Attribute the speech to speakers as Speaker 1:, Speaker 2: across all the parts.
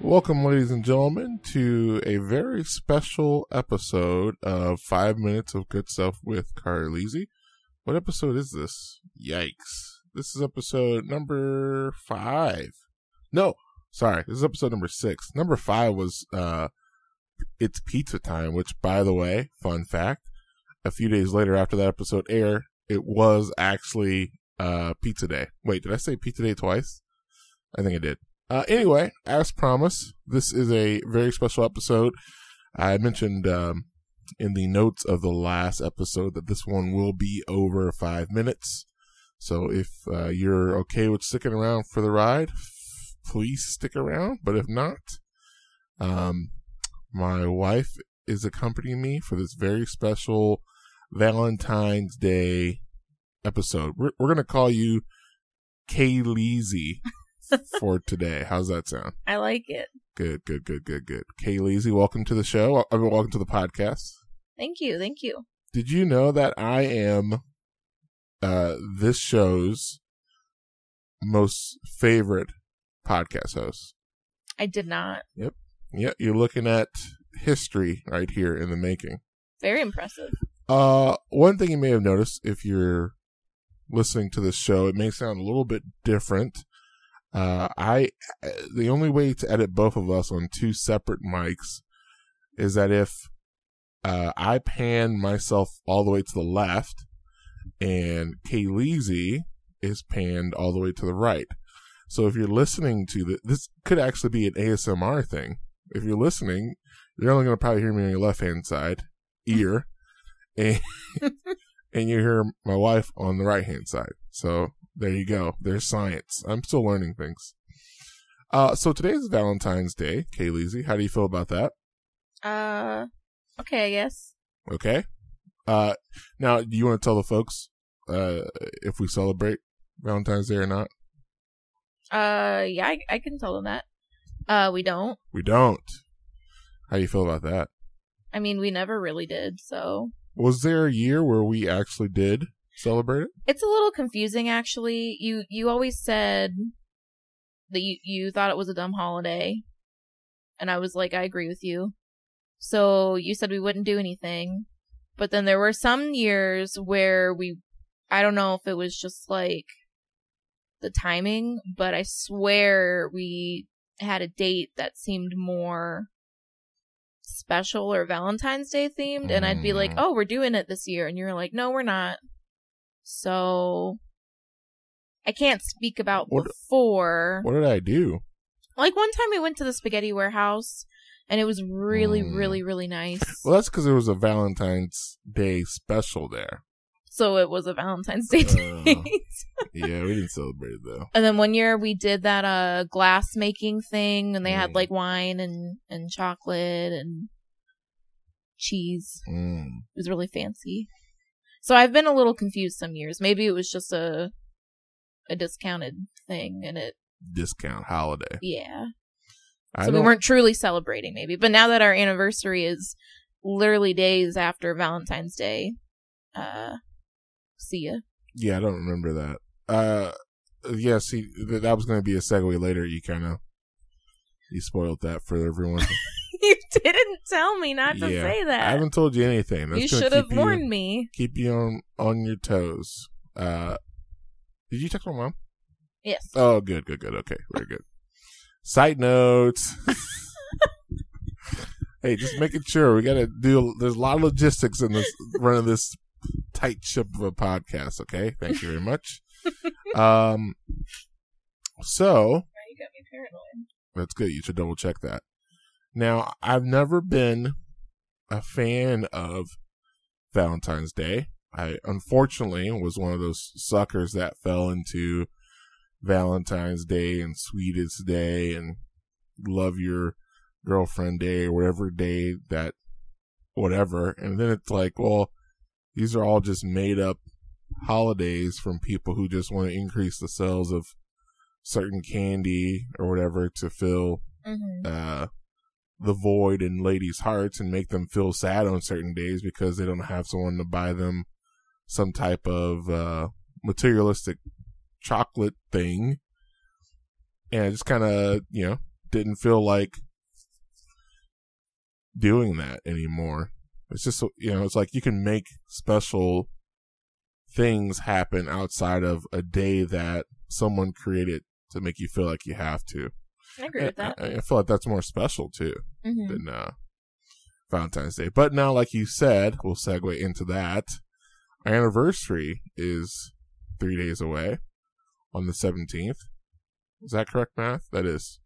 Speaker 1: Welcome, ladies and gentlemen, to a very special episode of Five Minutes of Good Stuff with Carlisi. What episode is this? Yikes. This is episode number five. No, sorry. This is episode number six. Number five was, uh, It's Pizza Time, which, by the way, fun fact, a few days later after that episode aired, it was actually, uh, Pizza Day. Wait, did I say Pizza Day twice? I think I did. Uh, anyway, as promised, this is a very special episode. I mentioned um, in the notes of the last episode that this one will be over five minutes. So if uh, you're okay with sticking around for the ride, f- please stick around. But if not, um, my wife is accompanying me for this very special Valentine's Day episode. We're, we're going to call you Kay Leezy for today. How's that sound?
Speaker 2: I like it.
Speaker 1: Good, good, good, good, good. Kay Leezy, welcome to the show. I mean, welcome to the podcast.
Speaker 2: Thank you. Thank you.
Speaker 1: Did you know that I am uh, this show's most favorite podcast host?
Speaker 2: I did not.
Speaker 1: Yeah, you're looking at history right here in the making.
Speaker 2: Very impressive.
Speaker 1: Uh, one thing you may have noticed if you're listening to this show, it may sound a little bit different. Uh, I the only way to edit both of us on two separate mics is that if uh, I pan myself all the way to the left, and Kay Leezy is panned all the way to the right. So if you're listening to the, this could actually be an ASMR thing. If you're listening, you're only going to probably hear me on your left hand side ear, and and you hear my wife on the right hand side. So there you go. There's science. I'm still learning things. Uh, so today is Valentine's Day, Kay Leezy. How do you feel about that?
Speaker 2: Uh, okay, I guess.
Speaker 1: Okay. Uh, now, do you want to tell the folks uh, if we celebrate Valentine's Day or not?
Speaker 2: Uh, yeah, I, I can tell them that. Uh, we don't.
Speaker 1: We don't. How do you feel about that?
Speaker 2: I mean, we never really did, so
Speaker 1: Was there a year where we actually did celebrate it?
Speaker 2: it's a little confusing, actually. You you always said that you you thought it was a dumb holiday, and I was like, I agree with you. So you said we wouldn't do anything, but then there were some years where we, I don't know if it was just like the timing, but I swear we had a date that seemed more special or Valentine's Day themed, and I'd be like,
Speaker 1: Mm.
Speaker 2: oh, we're doing it this year, and you're like, no, we're not. So I can't speak about
Speaker 1: What-
Speaker 2: before.
Speaker 1: What did I do?
Speaker 2: Like one time we went to the spaghetti warehouse and it was really,
Speaker 1: Mm.
Speaker 2: really, really nice.
Speaker 1: Well, that's because there was a Valentine's Day special there.
Speaker 2: so it was a Valentine's Day
Speaker 1: Uh,
Speaker 2: date.
Speaker 1: yeah, we didn't celebrate it though.
Speaker 2: and then one year we did that uh glass making thing and they
Speaker 1: Mm.
Speaker 2: had like wine and, and chocolate and cheese.
Speaker 1: Mm.
Speaker 2: It was really fancy. So I've been a little confused some years. Maybe it was just a a discounted thing and it
Speaker 1: Discount holiday.
Speaker 2: yeah.
Speaker 1: I
Speaker 2: So we
Speaker 1: don't-
Speaker 2: weren't truly celebrating, maybe. But now that our anniversary is literally days after Valentine's Day, uh, see ya.
Speaker 1: Yeah, I don't remember that. Uh, yeah, see, th- that was going to be a segue later. You kind of you spoiled that for everyone.
Speaker 2: you didn't tell me not to
Speaker 1: Yeah.
Speaker 2: say
Speaker 1: I
Speaker 2: that.
Speaker 1: haven't told you anything. That's
Speaker 2: You
Speaker 1: gonna
Speaker 2: should have
Speaker 1: keep you-
Speaker 2: warned me.
Speaker 1: Keep you on on your toes. Uh, did you text my mom?
Speaker 2: Yes.
Speaker 1: Oh, good, good, good. Okay, very good. Side notes. hey, just making sure we got to do. There's a lot of logistics in this running this tight ship of a podcast. Okay, thank you very much. Um, so
Speaker 2: you got me paranoid.
Speaker 1: that's good. You should double check that. Now, I've never been a fan of Valentine's Day. I unfortunately was one of those suckers that fell into Valentine's Day and Sweetest Day and Love Your Girlfriend Day or whatever day that, whatever. And then it's like, well, these are all just made up holidays from people who just want to increase the sales of certain candy or whatever to fill
Speaker 2: Mm-hmm.
Speaker 1: uh, the void in ladies' hearts and make them feel sad on certain days because they don't have someone to buy them some type of uh, materialistic chocolate thing. And I just kind of, you know, didn't feel like doing that anymore. It's just so- you know, it's like you can make special things happen outside of a day that someone created to make you feel like you have to.
Speaker 2: I agree with that.
Speaker 1: I, I- I feel like that's more special too
Speaker 2: hmm
Speaker 1: than uh, Valentine's Day. But now, like you said, we'll segue into that. Our anniversary is three days away on the 17th. Is that correct, math? That is.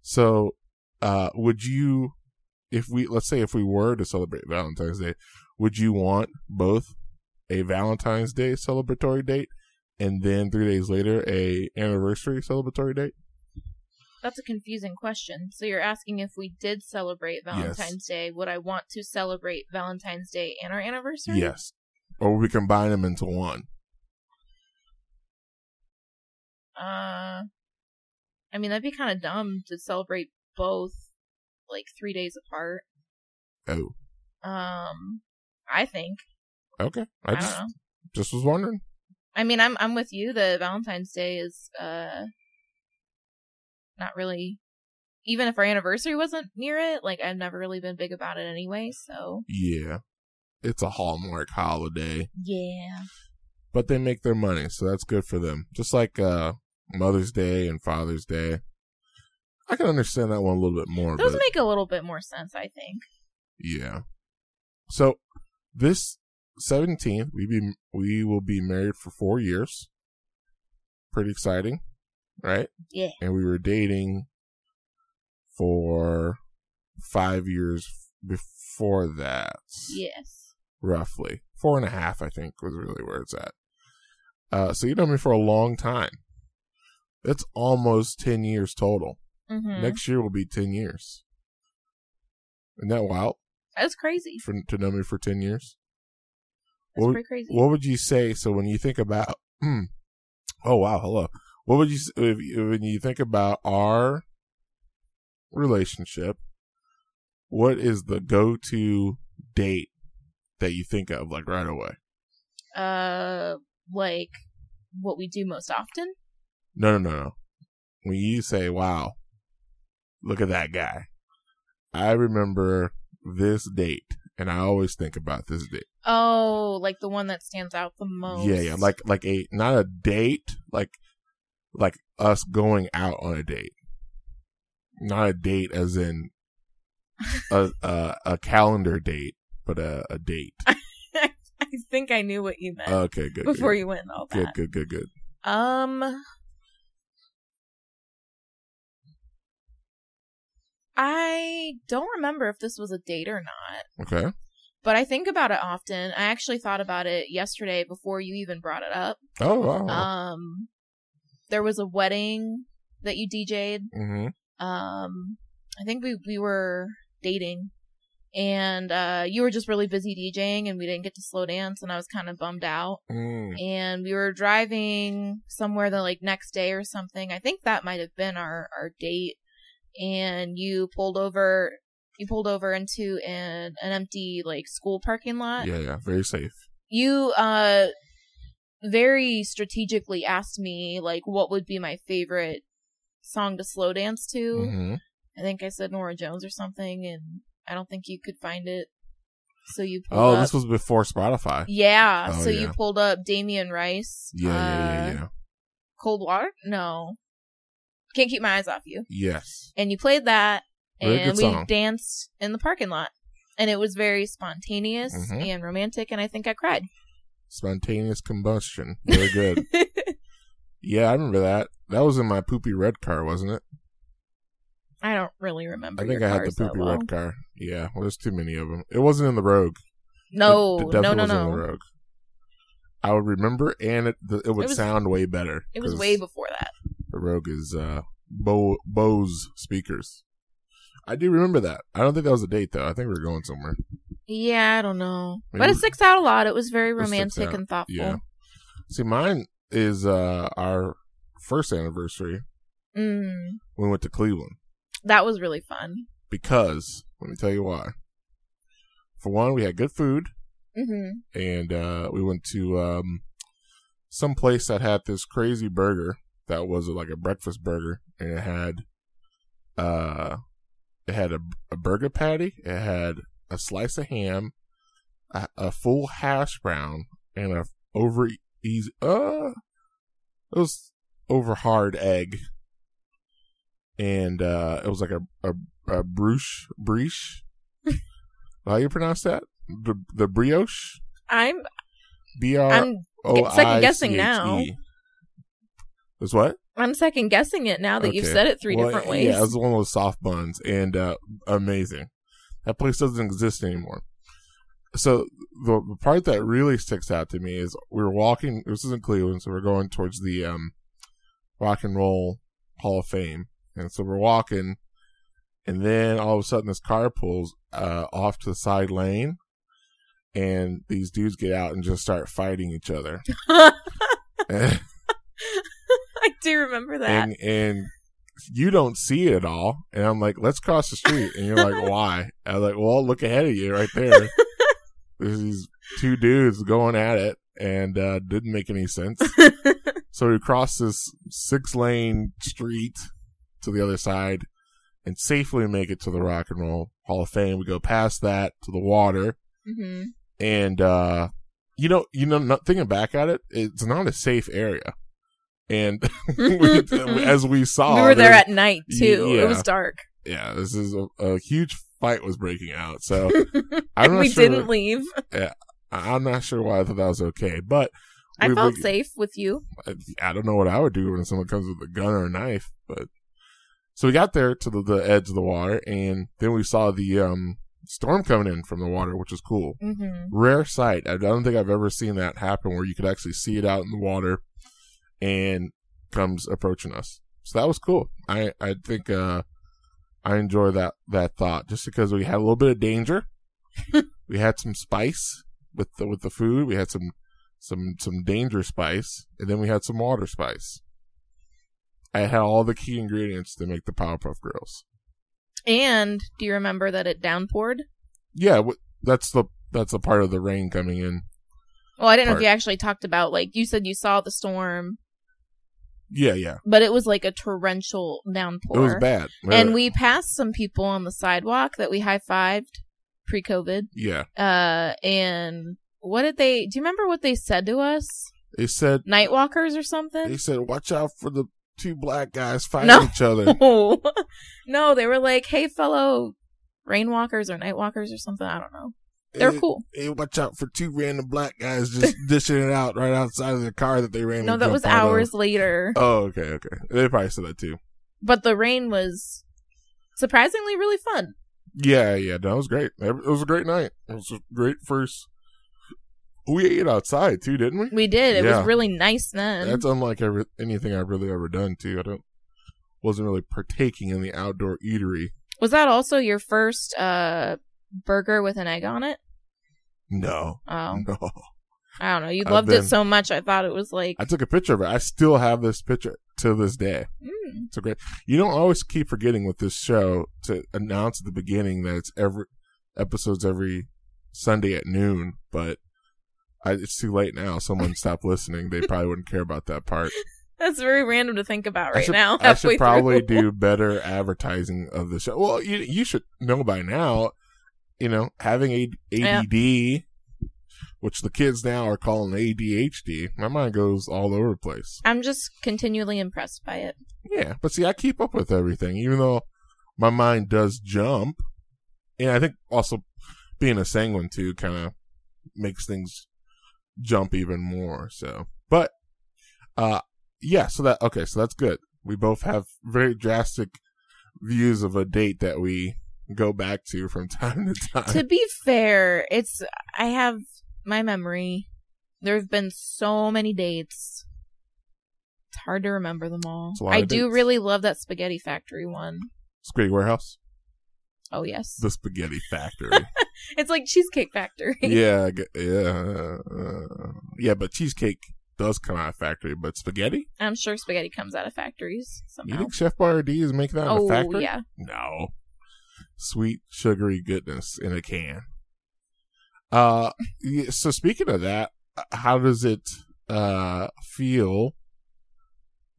Speaker 1: So, uh, would you, if we, let's say if we were to celebrate Valentine's Day, would you want both a Valentine's Day celebratory date and then three days later a anniversary celebratory date?
Speaker 2: That's a confusing question. So you're asking if we did celebrate Valentine's Day, would I want to celebrate Valentine's Day and our anniversary?
Speaker 1: Yes. Or we combine them into one.
Speaker 2: Uh, I mean that'd be kind of dumb to celebrate both like three days apart.
Speaker 1: Oh.
Speaker 2: Um, I think
Speaker 1: Okay. I
Speaker 2: I, don't
Speaker 1: just
Speaker 2: know.
Speaker 1: just was wondering.
Speaker 2: I mean, I'm I'm with you. The Valentine's Day is uh not really. Even if our anniversary wasn't near it, like I've never really been big about it anyway. So
Speaker 1: Yeah. It's a hallmark holiday,
Speaker 2: yeah,
Speaker 1: but they make their money, so that's good for them. Just like uh Mother's Day and Father's Day. I can understand that one a little bit more,
Speaker 2: those
Speaker 1: but
Speaker 2: make a little bit more sense, I think.
Speaker 1: yeah. So this 17th, we be we will be married for 4 years. Pretty exciting, right?
Speaker 2: Yeah.
Speaker 1: And we were dating for 5 years before that.
Speaker 2: Yes.
Speaker 1: roughly four and a half i think was really where it's at uh, so you know me for a long time that's almost 10 years total
Speaker 2: Mm-hmm.
Speaker 1: next year will be 10 years isn't that wild
Speaker 2: That's crazy.
Speaker 1: for, to know me for 10 years
Speaker 2: That's
Speaker 1: Well,
Speaker 2: pretty crazy.
Speaker 1: what would you say so when you think about hmm, oh wow hello what would you s- if, when you think about our relationship what is the go-to date that you think of like right away
Speaker 2: uh, like what we do most often.
Speaker 1: No, no, no, no. When you say, wow, look at that guy, I remember this date and I always think about this date.
Speaker 2: Oh, like the one that stands out the most.
Speaker 1: Yeah, yeah. Like, like a, not a date, like, like us going out on a date. Not a date as in a, a, a calendar date, but a, a date.
Speaker 2: I think I knew what you meant
Speaker 1: Okay, good.
Speaker 2: before
Speaker 1: good,
Speaker 2: you went all that.
Speaker 1: uh, Good, good, good, good.
Speaker 2: Um, I don't remember if this was a date or not,
Speaker 1: Okay.
Speaker 2: but I think about it often. I actually thought about it yesterday before you even brought it up.
Speaker 1: Oh, wow.
Speaker 2: Um, there was a wedding that you DJ'd.
Speaker 1: mm-hmm.
Speaker 2: Um, I think we we were dating, and uh, you were just really busy DJing, and we didn't get to slow dance, and I was kind of bummed out
Speaker 1: Mm.
Speaker 2: and we were driving somewhere the like next day or something. I think that might have been our our date. And you pulled over you pulled over into an an empty like school parking lot.
Speaker 1: Yeah, yeah. Very safe.
Speaker 2: You uh very strategically asked me like what would be my favorite song to slow dance to.
Speaker 1: Mm-hmm.
Speaker 2: I think I said Nora Jones or something and I don't think you could find it. So you pulled
Speaker 1: Oh,
Speaker 2: up
Speaker 1: this was before Spotify.
Speaker 2: Yeah,
Speaker 1: Oh,
Speaker 2: so
Speaker 1: yeah.
Speaker 2: you pulled up Damien Rice.
Speaker 1: Yeah,
Speaker 2: uh,
Speaker 1: yeah, yeah, yeah.
Speaker 2: Cold Water? No. Can't keep my eyes off you.
Speaker 1: Yes.
Speaker 2: And you played that
Speaker 1: Very good
Speaker 2: and we
Speaker 1: song.
Speaker 2: danced in the parking lot. And it was very spontaneous
Speaker 1: Mhm.
Speaker 2: and romantic and I think I cried.
Speaker 1: Spontaneous combustion. Very good. yeah, I remember that. That was in my poopy red car, wasn't it?
Speaker 2: I don't really remember.
Speaker 1: I think
Speaker 2: your
Speaker 1: I had the
Speaker 2: cars that
Speaker 1: poopy
Speaker 2: well.
Speaker 1: red car. Yeah, well, there's too many of them. It wasn't in the Rogue. It-
Speaker 2: No,
Speaker 1: it,
Speaker 2: no,
Speaker 1: definitely
Speaker 2: no,
Speaker 1: wasn't in
Speaker 2: no.
Speaker 1: the Rogue. I would remember, and it the, it would
Speaker 2: It was-
Speaker 1: sound way better.
Speaker 2: It was
Speaker 1: 'cause
Speaker 2: way before that.
Speaker 1: The Rogue is uh, Bo- Bose speakers. I do remember that. I don't think that was a date though. I think we were going somewhere.
Speaker 2: Yeah, I don't know.
Speaker 1: Maybe
Speaker 2: But it
Speaker 1: we-
Speaker 2: sticks out a lot. It was very
Speaker 1: It sticks
Speaker 2: romantic
Speaker 1: out,
Speaker 2: and thoughtful.
Speaker 1: Yeah. See, mine is uh, our first anniversary.
Speaker 2: Mm,
Speaker 1: We went to Cleveland.
Speaker 2: that was really fun.
Speaker 1: because let me tell you why. For one, we had good food,
Speaker 2: hmm
Speaker 1: and uh, we went to um, some place that had this crazy burger that was like a breakfast burger, and it had uh, It had a, a burger patty. It had a slice of ham, a, a full hash brown, and a over easy uh, it was over hard egg, and uh, it was like a a, a brioche brioche. How you pronounce that? The the brioche.
Speaker 2: I'm
Speaker 1: B R
Speaker 2: I'm
Speaker 1: O I C H E.
Speaker 2: second guessing now.
Speaker 1: That's what?
Speaker 2: I'm second guessing it now that you've
Speaker 1: Okay.
Speaker 2: said it three
Speaker 1: Well,
Speaker 2: different ways.
Speaker 1: Yeah, it was one of those soft buns, and uh, amazing. That place doesn't exist anymore. So the, the part that really sticks out to me is we were walking. This is in Cleveland, so we're going towards the um, Rock and Roll Hall of Fame, and so we're walking, and then all of a sudden this car pulls uh, off to the side lane, and these dudes get out and just start fighting each other.
Speaker 2: I do remember that.
Speaker 1: and and you don't see it at all. And I'm like, let's cross the street. And you're like, why? I was like, well, look ahead of you right there. There's these two dudes going at it, and uh, didn't make any sense. so we crossed this six lane street to the other side, and safely make it to the Rock and Roll Hall of Fame. We go past that to the water,
Speaker 2: hmm
Speaker 1: and uh, you know, you know, not thinking back at it, it's not a safe area. And we, as we saw,
Speaker 2: we were there
Speaker 1: there's-
Speaker 2: at night too.
Speaker 1: Y- yeah.
Speaker 2: It was dark.
Speaker 1: yeah, this is a, a huge fight was breaking out. So I'm not
Speaker 2: we
Speaker 1: sure.
Speaker 2: didn't leave.
Speaker 1: I- I'm not sure why I thought that was okay, but
Speaker 2: I
Speaker 1: we-
Speaker 2: felt
Speaker 1: we-
Speaker 2: safe with you.
Speaker 1: I don't know what I would do when someone comes with a gun or a knife. But so we got there to the, the edge of the water, and then we saw the um, storm coming in from the water, which was cool.
Speaker 2: hmm
Speaker 1: Rare sight. I don't think I've ever seen that happen where you could actually see it out in the water and comes approaching us. So that was cool. I I think uh, I enjoy that that thought just because we had a little bit of danger. we had some spice with the with the food. We had some some some danger spice, and then we had some water spice. I had all the key ingredients to make the Powerpuff Girls.
Speaker 2: And do you remember that it downpoured?
Speaker 1: Yeah, wh- that's the that's the part of the rain coming in.
Speaker 2: Well, I didn't know
Speaker 1: Part.
Speaker 2: if you actually talked about like you said you saw the storm,
Speaker 1: Yeah, yeah,
Speaker 2: but it was like a torrential downpour.
Speaker 1: it was bad. Uh,
Speaker 2: And we passed some people on the sidewalk that we high fived pre COVID.
Speaker 1: yeah,
Speaker 2: Uh, and what did they? Do you remember what they said to us?
Speaker 1: they said
Speaker 2: Nightwalkers or
Speaker 1: They
Speaker 2: something?
Speaker 1: said, "Watch out for the two black guys fighting
Speaker 2: No.
Speaker 1: each other."
Speaker 2: No, no, they were like, "Hey, fellow rainwalkers or nightwalkers or something." I don't know. They're
Speaker 1: Hey-
Speaker 2: cool.
Speaker 1: Hey, watch out for two random black guys just dishing it out right outside of the car that they ran.
Speaker 2: No, that was
Speaker 1: ours.
Speaker 2: hours later,
Speaker 1: Oh, okay, okay. They probably said that too.
Speaker 2: but the rain was surprisingly really fun.
Speaker 1: Yeah, yeah. That was great. It was a great night. It was a great first. We ate outside too, didn't we?
Speaker 2: We did. It
Speaker 1: Yeah.
Speaker 2: was really nice then.
Speaker 1: That's unlike every, anything I've really ever done too. I don't wasn't really partaking in the outdoor eatery.
Speaker 2: was that also your first uh burger with an egg on it?
Speaker 1: No,
Speaker 2: Oh,
Speaker 1: no.
Speaker 2: I don't know. You
Speaker 1: Mm-hmm. I've
Speaker 2: loved
Speaker 1: been-
Speaker 2: it so much. I thought it was like
Speaker 1: I took a picture of it. I still have this picture to this day.
Speaker 2: mm,
Speaker 1: It's okay. You don't always keep forgetting with this show to announce at the beginning that it's every episodes every Sunday at noon, but I, it's too late now. Someone stopped listening. They probably wouldn't care about that part.
Speaker 2: that's very random to think about
Speaker 1: I
Speaker 2: right
Speaker 1: should,
Speaker 2: now.
Speaker 1: I should
Speaker 2: halfway
Speaker 1: probably
Speaker 2: through.
Speaker 1: do better advertising of the show. Well, you you should know by now. You know, having a- ADD, which the kids now are calling ADHD. My mind goes all over the place.
Speaker 2: I'm just continually impressed by it.
Speaker 1: Yeah, but see, I keep up with everything, even though my mind does jump, and I think also being a sanguine too kind of makes things jump even more. So, but uh, yeah, so that okay, so that's good. We both have very drastic views of a date that we go back to from time to time.
Speaker 2: to be fair, it's I have my memory. There have been so many dates. It's hard to remember them all.
Speaker 1: It's a lot
Speaker 2: I
Speaker 1: of
Speaker 2: do
Speaker 1: dates.
Speaker 2: really love that spaghetti factory one.
Speaker 1: Squig Warehouse,
Speaker 2: Oh yes.
Speaker 1: the Spaghetti Factory.
Speaker 2: it's like cheesecake factory.
Speaker 1: yeah, I gu- yeah, uh, yeah. But cheesecake does come out of factory, but spaghetti.
Speaker 2: I'm sure spaghetti comes out of factories
Speaker 1: You
Speaker 2: somehow.
Speaker 1: think Chef Boyardee is making that in a
Speaker 2: Oh
Speaker 1: factory?
Speaker 2: yeah.
Speaker 1: No. Sweet, sugary goodness in a can. Uh, yeah, so speaking of that, uh, how does it uh feel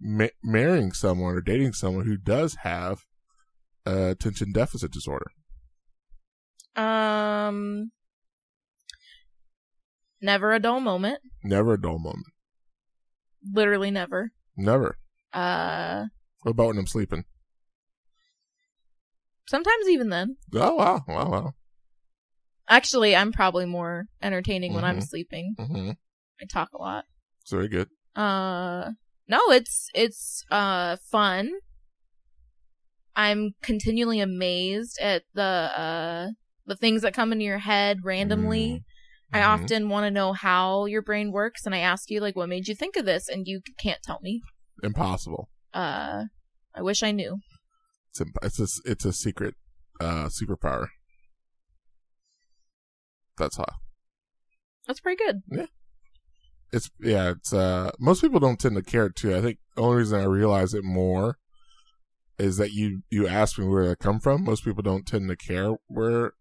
Speaker 1: ma- marrying someone or dating someone who does have uh, attention deficit disorder?
Speaker 2: Um, never a dull moment.
Speaker 1: Never a dull moment.
Speaker 2: Literally never.
Speaker 1: Never.
Speaker 2: Uh,
Speaker 1: What about when I'm sleeping?
Speaker 2: sometimes even then.
Speaker 1: Oh wow, wow, wow.
Speaker 2: Actually, I'm probably more entertaining when I'm
Speaker 1: Mhm.
Speaker 2: sleeping.
Speaker 1: Mm-hmm.
Speaker 2: I talk a lot.
Speaker 1: It's very good.
Speaker 2: Uh, no, it's it's uh fun. I'm continually amazed at the uh the things that come into your head randomly. I
Speaker 1: Mhm.
Speaker 2: often want to know how your brain works, and I ask you like, "What made you think of this?" and you can't tell me.
Speaker 1: impossible.
Speaker 2: Uh, I wish I knew.
Speaker 1: It's imp- it's a, s- it's a secret uh, superpower. That's how.
Speaker 2: That's pretty good.
Speaker 1: It's yeah. It's uh, most people don't tend to care too. I think the only reason I realize it more is that you you asked me where I come from. Most people don't tend to care where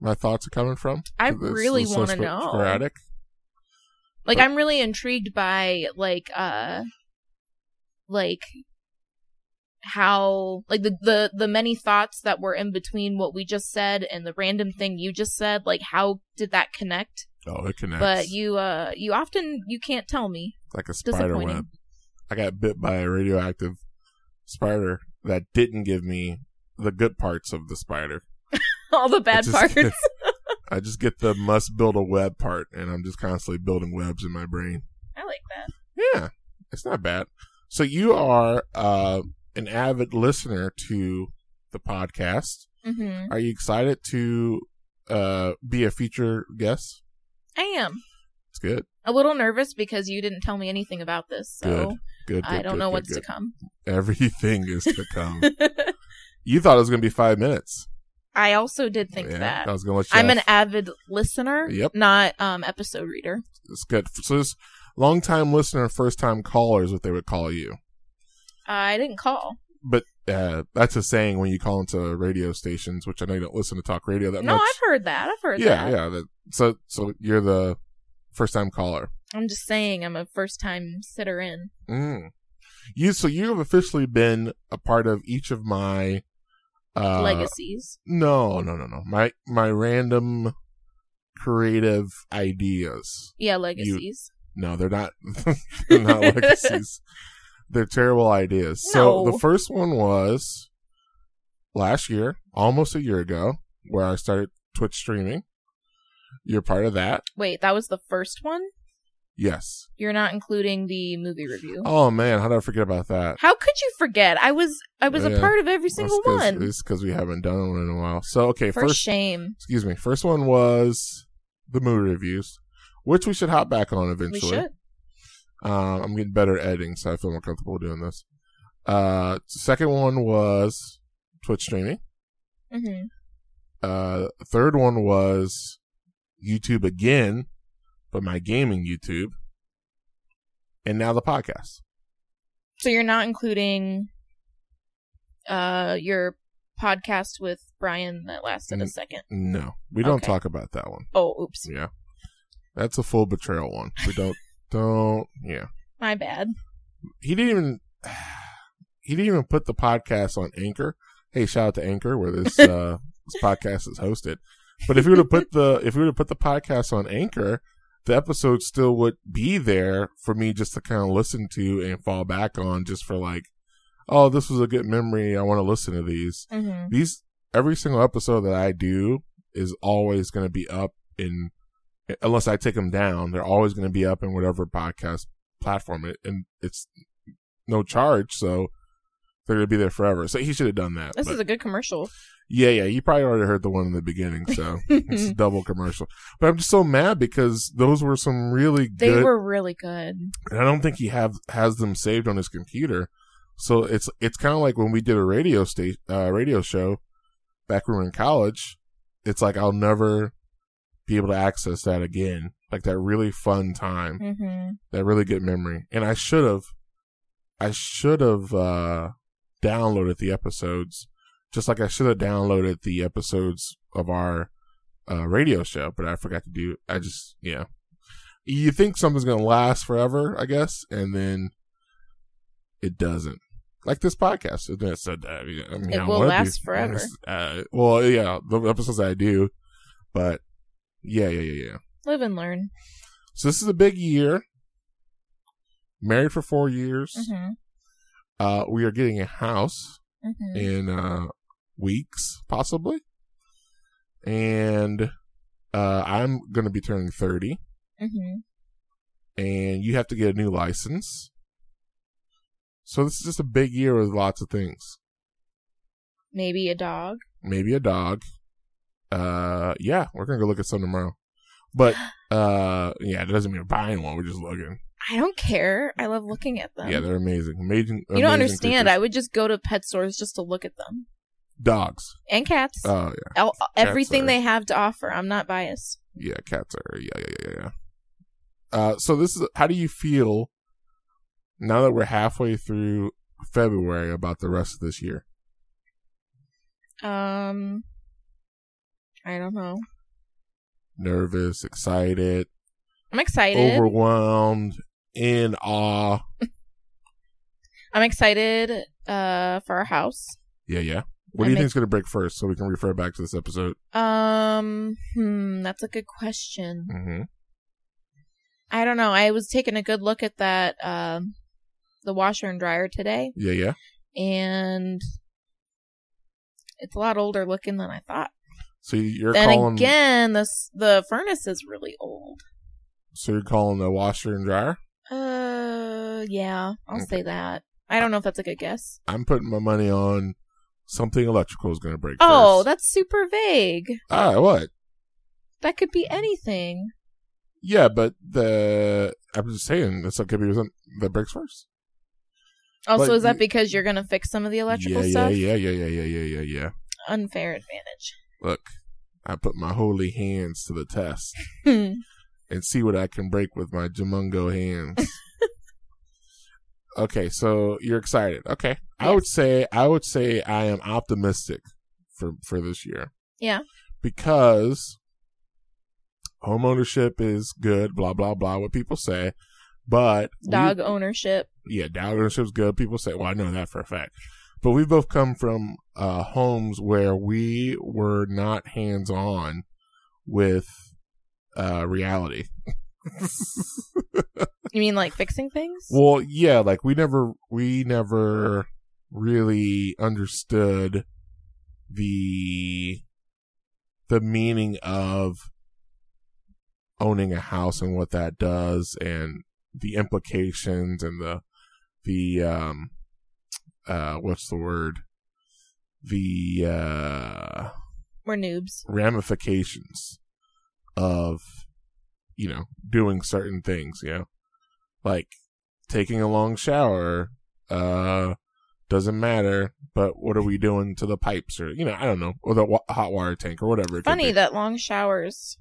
Speaker 1: my thoughts are coming from.
Speaker 2: I
Speaker 1: It's
Speaker 2: really
Speaker 1: so
Speaker 2: wanna
Speaker 1: sp-
Speaker 2: know.
Speaker 1: Sporadic.
Speaker 2: Like,
Speaker 1: But-
Speaker 2: I'm really intrigued by like uh, like how like the the the many thoughts that were in between what we just said and the random thing you just said. Like, how did that connect?
Speaker 1: Oh, it connects.
Speaker 2: But you uh, you often you can't tell me.
Speaker 1: It's like a spider
Speaker 2: Disappointing.
Speaker 1: web. I got bit by a radioactive spider that didn't give me the good parts of the spider.
Speaker 2: All the
Speaker 1: I
Speaker 2: bad
Speaker 1: just
Speaker 2: parts.
Speaker 1: get- I just get the must build a web part, and I'm just constantly building webs in my brain.
Speaker 2: I like that.
Speaker 1: Yeah, it's not bad. So you are uh, an avid listener to the podcast.
Speaker 2: hmm
Speaker 1: Are you excited to uh, be a feature guest?
Speaker 2: I am.
Speaker 1: It's good.
Speaker 2: a little nervous because you didn't tell me anything about this, so
Speaker 1: Good, Good. good
Speaker 2: I don't
Speaker 1: good,
Speaker 2: know
Speaker 1: good,
Speaker 2: what's
Speaker 1: good.
Speaker 2: to come.
Speaker 1: Everything is to come. you thought it was going to be five minutes.
Speaker 2: I also did think
Speaker 1: Yeah,
Speaker 2: that.
Speaker 1: I was going to let you.
Speaker 2: I'm
Speaker 1: off.
Speaker 2: an avid listener,
Speaker 1: Yep.
Speaker 2: not um episode reader.
Speaker 1: It's good. So this long time listener, first time caller is what they would call you.
Speaker 2: I didn't call.
Speaker 1: but uh, that's a saying when you call into radio stations, which I know you don't listen to talk radio that
Speaker 2: no,
Speaker 1: much.
Speaker 2: I've heard that. I've heard
Speaker 1: yeah,
Speaker 2: that.
Speaker 1: yeah. That, so, so you're the first time caller.
Speaker 2: I'm just saying I'm a first time sitter in.
Speaker 1: Mm. You, so you have officially been a part of each of my uh,
Speaker 2: Legacies.
Speaker 1: No, no, no, no. My my random creative ideas.
Speaker 2: Yeah, legacies.
Speaker 1: No, they're not. they're not legacies. They're terrible ideas. So
Speaker 2: No.
Speaker 1: the first one was last year, almost a year ago, where I started Twitch streaming. You're part of that,
Speaker 2: Wait, that was the first one?
Speaker 1: yes.
Speaker 2: You're not including the movie review.
Speaker 1: Oh man, how did I forget about that?
Speaker 2: How could you forget? I was I was
Speaker 1: Yeah.
Speaker 2: a part of every single one.
Speaker 1: It's because we haven't done one in a while. So okay,
Speaker 2: For
Speaker 1: first,
Speaker 2: shame.
Speaker 1: excuse me. First one was the movie reviews, which we should hop back on
Speaker 2: We
Speaker 1: eventually.
Speaker 2: should.
Speaker 1: Um, I'm getting better at editing, so I feel more comfortable doing this. Uh, second one was Twitch streaming.
Speaker 2: hmm
Speaker 1: Uh, third one was YouTube again, but my gaming YouTube, and now the podcast.
Speaker 2: So you're not including uh your podcast with Brian that lasted a
Speaker 1: Mm.
Speaker 2: second.
Speaker 1: No, we don't
Speaker 2: Okay.
Speaker 1: talk about that one.
Speaker 2: Oh, oops.
Speaker 1: Yeah, that's a full betrayal one. We don't, don't. Yeah,
Speaker 2: My bad.
Speaker 1: he didn't even. He didn't even put the podcast on Anchor. Hey, shout out to Anchor where this uh, this podcast is hosted. But if we would have put the if we would have put the podcast on Anchor, the episode still would be there for me just to kind of listen to and fall back on, just for like, oh, this was a good memory. I want to listen to these.
Speaker 2: Mm-hmm.
Speaker 1: These every single episode that I do is always going to be up in, unless I take them down, they're always going to be up in whatever podcast platform it, and it's no charge, so they're going to be there forever. So he should have done that.
Speaker 2: This
Speaker 1: but-
Speaker 2: is a good commercial.
Speaker 1: yeah, yeah. You probably already heard the one in the beginning, so it's a double commercial. But I'm just so mad because those were some really
Speaker 2: They
Speaker 1: good.
Speaker 2: were really good.
Speaker 1: and I don't think he have has them saved on his computer. So it's it's kind of like when we did a radio state uh, radio show back when we were in college. It's like I'll never be able to access that again. Like that really fun time,
Speaker 2: Mm-hmm.
Speaker 1: that really good memory. And I should have, I should have uh, downloaded the episodes, just like I should have downloaded the episodes of our uh, radio show. But I forgot to do. I just yeah. You think something's gonna last forever, I guess, and then it doesn't. like this podcast. And it said that. I mean,
Speaker 2: It
Speaker 1: I
Speaker 2: will
Speaker 1: wanna be-
Speaker 2: last forever.
Speaker 1: Uh, well, yeah, the episodes I do, but yeah, yeah, yeah, yeah.
Speaker 2: Live and learn.
Speaker 1: So this is a big year. Married for four years.
Speaker 2: hmm
Speaker 1: Uh, we are getting a house
Speaker 2: hmm
Speaker 1: in uh, weeks, possibly, and uh, I'm going to be turning thirty,
Speaker 2: hmm
Speaker 1: and you have to get a new license. So this is just a big year with lots of things.
Speaker 2: Maybe a dog.
Speaker 1: maybe a dog. Uh, yeah, we're gonna go look at some tomorrow. But uh, yeah, it doesn't mean we're buying one. We're just looking.
Speaker 2: I don't care. I love looking at them.
Speaker 1: yeah, they're amazing. Amazing.
Speaker 2: Um, you don't understand. I would just go to pet stores just to look at them
Speaker 1: dogs.
Speaker 2: and cats.
Speaker 1: Oh
Speaker 2: I'll- everything
Speaker 1: are-
Speaker 2: they have to offer. I'm not biased.
Speaker 1: yeah, yeah. Cats are. Yeah, yeah, yeah, yeah. Uh, so this is how do you feel now that we're halfway through February about the rest of this year?
Speaker 2: Um, I don't know.
Speaker 1: Nervous, excited,
Speaker 2: I'm excited.
Speaker 1: overwhelmed, in awe.
Speaker 2: I'm excited uh for our house.
Speaker 1: Yeah, yeah. What
Speaker 2: I
Speaker 1: do you
Speaker 2: make-
Speaker 1: think's gonna break first, so we can refer back to this episode?
Speaker 2: Um, hmm, that's a good question.
Speaker 1: Mm-hmm.
Speaker 2: I don't know. I was taking a good look at that um the washer and dryer today
Speaker 1: Yeah, yeah.
Speaker 2: and it's a lot older looking than I thought.
Speaker 1: So you're
Speaker 2: then
Speaker 1: calling.
Speaker 2: again, the s- the furnace is really old.
Speaker 1: so you're calling the washer and dryer.
Speaker 2: Uh, yeah, I'll
Speaker 1: Okay.
Speaker 2: say that. I don't know if that's a good guess.
Speaker 1: I'm putting my money on something electrical is going to break.
Speaker 2: Oh,
Speaker 1: first.
Speaker 2: that's super vague.
Speaker 1: ah, what?
Speaker 2: That could be anything.
Speaker 1: Yeah, but the I'm just saying that's what could be something that breaks first.
Speaker 2: Also,
Speaker 1: But
Speaker 2: is that
Speaker 1: you-
Speaker 2: because you're gonna fix some of the electrical
Speaker 1: yeah,
Speaker 2: stuff?
Speaker 1: yeah, yeah, yeah, yeah, yeah, yeah, yeah, yeah.
Speaker 2: Unfair advantage.
Speaker 1: Look, I put my holy hands to the test
Speaker 2: Hmm.
Speaker 1: and see what I can break with my Jamungo hands. okay, so you're excited. Okay, I
Speaker 2: Yes.
Speaker 1: would say I would say I am optimistic for for this year.
Speaker 2: Yeah.
Speaker 1: because homeownership is good, blah blah blah, what people say. But we-
Speaker 2: Dog ownership.
Speaker 1: yeah, dog ownership is good. People say, well, I know that for a fact. But we both come from uh, homes where we were not hands on with uh, reality.
Speaker 2: You mean like fixing things?
Speaker 1: Well, yeah, like we never we never really understood the the meaning of owning a house and what that does and the implications and the the um uh what's the word the uh
Speaker 2: We're noobs.
Speaker 1: ramifications of you know doing certain things you know like taking a long shower uh doesn't matter but what are we doing to the pipes or you know i don't know or the wa- hot water tank or whatever it could
Speaker 2: Funny
Speaker 1: be.
Speaker 2: that long showers.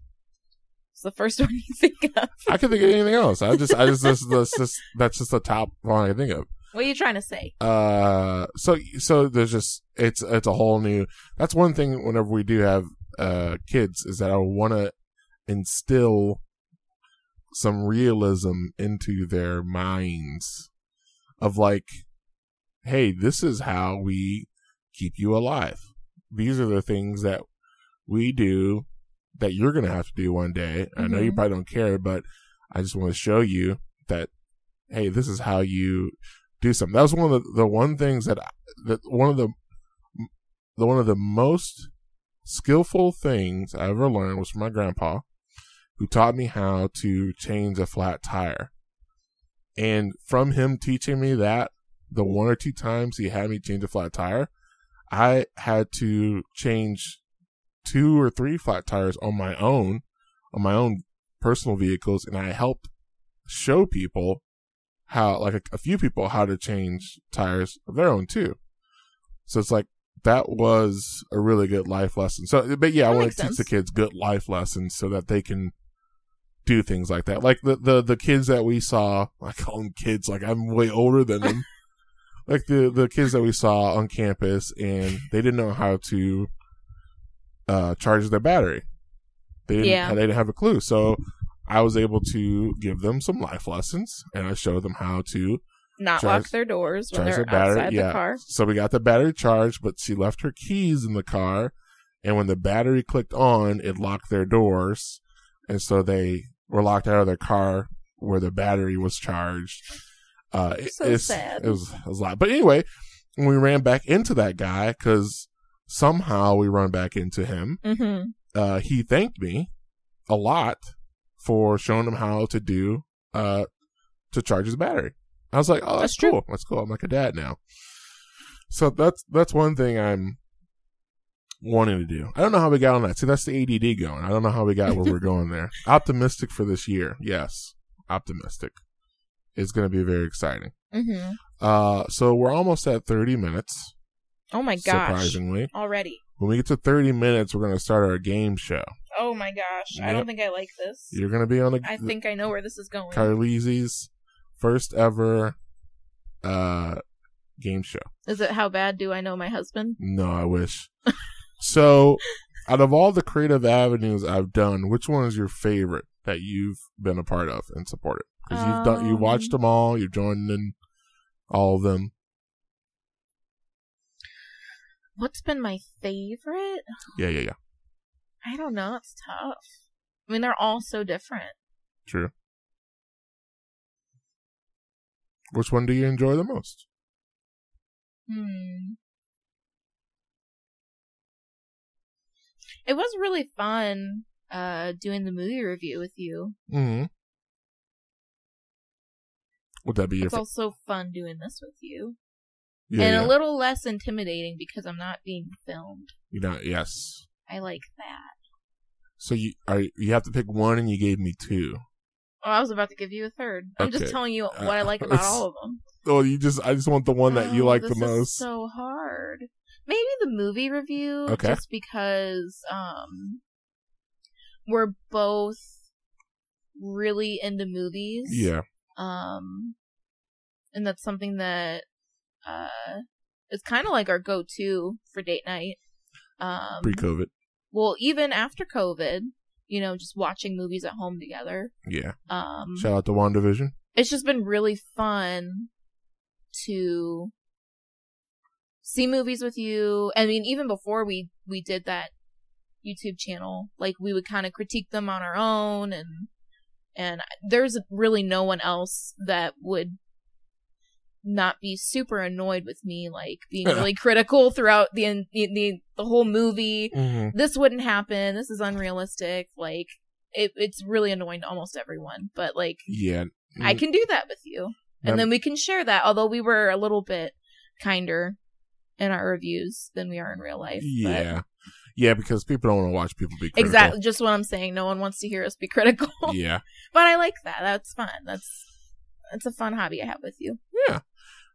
Speaker 2: It's the first one you think of.
Speaker 1: i could think of anything else i just i just that's, that's just that's just the top one i can think of
Speaker 2: What are you trying to say?
Speaker 1: uh so so there's just it's it's a whole new that's one thing whenever we do have uh kids is that i want to instill some realism into their minds of like hey this is how we keep you alive these are the things that we do that you're gonna have to do one day i know you
Speaker 2: Mhm.
Speaker 1: probably don't care but i just want to show you that hey this is how you do something. That was one of the, the one things that I- that one of the the one of the most skillful things I ever learned was from my grandpa, who taught me how to change a flat tire. And from him teaching me that, the one or two times he had me change a flat tire, I had to change two or three flat tires on my own, on my own personal vehicles, and I helped show people how like a, a few people how to change tires of their own too. So it's like that was a really good life lesson. So, but yeah, I
Speaker 2: That
Speaker 1: want
Speaker 2: makes
Speaker 1: to teach the
Speaker 2: sense.
Speaker 1: kids good life lessons so that they can do things like that. Like the the the kids that we saw, I call them kids. Like I'm way older than them. like the the kids that we saw on campus, and they didn't know how to uh charge their battery. They didn't,
Speaker 2: Yeah.
Speaker 1: they didn't have a clue. So I was able to give them some life lessons and I showed them how to
Speaker 2: not
Speaker 1: Tries-
Speaker 2: lock their doors when
Speaker 1: tries
Speaker 2: they're
Speaker 1: to batter-
Speaker 2: outside
Speaker 1: yeah.
Speaker 2: the car.
Speaker 1: So we got the battery charged, but she left her keys in the car. And when the battery clicked on, it locked their doors. And so they were locked out of their car where the battery was charged. Uh, it-
Speaker 2: So
Speaker 1: it's-
Speaker 2: sad.
Speaker 1: It was, it was a lot. But anyway, we ran back into that guy because somehow we run back into him.
Speaker 2: Mm-hmm.
Speaker 1: Uh, he thanked me a lot for showing him how to do, uh, to charge his battery. I was like, oh, that's,
Speaker 2: That's true.
Speaker 1: cool. That's cool. I'm like a dad now. So that's that's one thing I'm wanting to do. I don't know how we got on that. See, that's the ADD going. I don't know how we got where we're going there. Optimistic for this year, yes. Optimistic. It's going to be very exciting.
Speaker 2: Mm-hmm.
Speaker 1: Uh, so we're almost at 30 minutes.
Speaker 2: Oh my gosh!
Speaker 1: Surprisingly,
Speaker 2: Already.
Speaker 1: when we get to 30 minutes, we're going to start our game show.
Speaker 2: Oh my gosh! I
Speaker 1: Yep.
Speaker 2: don't think I like this.
Speaker 1: You're going to be on a
Speaker 2: I think I know where this is going.
Speaker 1: Carlisi's first ever uh game show.
Speaker 2: Is it how bad do I know my husband?
Speaker 1: No, I wish. so, out of all the creative avenues I've done, which one is your favorite that you've been a part of and supported? Because you've done, you
Speaker 2: Um,
Speaker 1: watched them all, you've joined in all of them.
Speaker 2: What's been my favorite?
Speaker 1: Yeah, yeah, yeah.
Speaker 2: I don't know. It's tough. I mean, they're all so different.
Speaker 1: True. Which one do you enjoy the most?
Speaker 2: Hmm. It was really fun uh doing the movie review with you.
Speaker 1: Mm-hmm. Would that be your
Speaker 2: It's
Speaker 1: fa-
Speaker 2: also fun doing this with you.
Speaker 1: yeah,
Speaker 2: and
Speaker 1: yeah.
Speaker 2: a little less intimidating because I'm not being filmed.
Speaker 1: you know, yes.
Speaker 2: I like that.
Speaker 1: So you are you have to pick one, and you gave me two.
Speaker 2: Oh, I was about to give you a third. I'm
Speaker 1: Okay.
Speaker 2: just telling you what I
Speaker 1: Uh,
Speaker 2: like about
Speaker 1: it's-
Speaker 2: all of them.
Speaker 1: Oh, you just I just want the one that you
Speaker 2: Oh,
Speaker 1: like the
Speaker 2: this is
Speaker 1: most.
Speaker 2: so hard. Maybe the movie review,
Speaker 1: Okay.
Speaker 2: just because um, we're both really into movies.
Speaker 1: yeah,
Speaker 2: Um, and that's something that uh, is kind of like our go-to for date night. Um,
Speaker 1: pre-COVID.
Speaker 2: well, even after COVID, you know, just watching movies at home together.
Speaker 1: Yeah.
Speaker 2: Um,
Speaker 1: Shout out to WandaVision.
Speaker 2: it's just been really fun to see movies with you. I mean, even before we we did that YouTube channel, like we would kind of critique them on our own, and and there's really no one else that would not be super annoyed with me like being
Speaker 1: Yeah.
Speaker 2: really critical throughout the en- the the, the whole movie
Speaker 1: Mm-hmm.
Speaker 2: this wouldn't happen this is unrealistic like it, it's really annoying to almost everyone but like
Speaker 1: Yeah.
Speaker 2: I
Speaker 1: Mm.
Speaker 2: can do that with you.
Speaker 1: None-
Speaker 2: And then we can share that, although we were a little bit kinder in our reviews than we are in real life. but-
Speaker 1: Yeah. Yeah, because people don't want to watch people be critical.
Speaker 2: Exactly. Just what I'm saying. No one wants to hear us be critical.
Speaker 1: Yeah.
Speaker 2: but I like that. That's fun. That's that's a fun hobby I have with you.
Speaker 1: Yeah.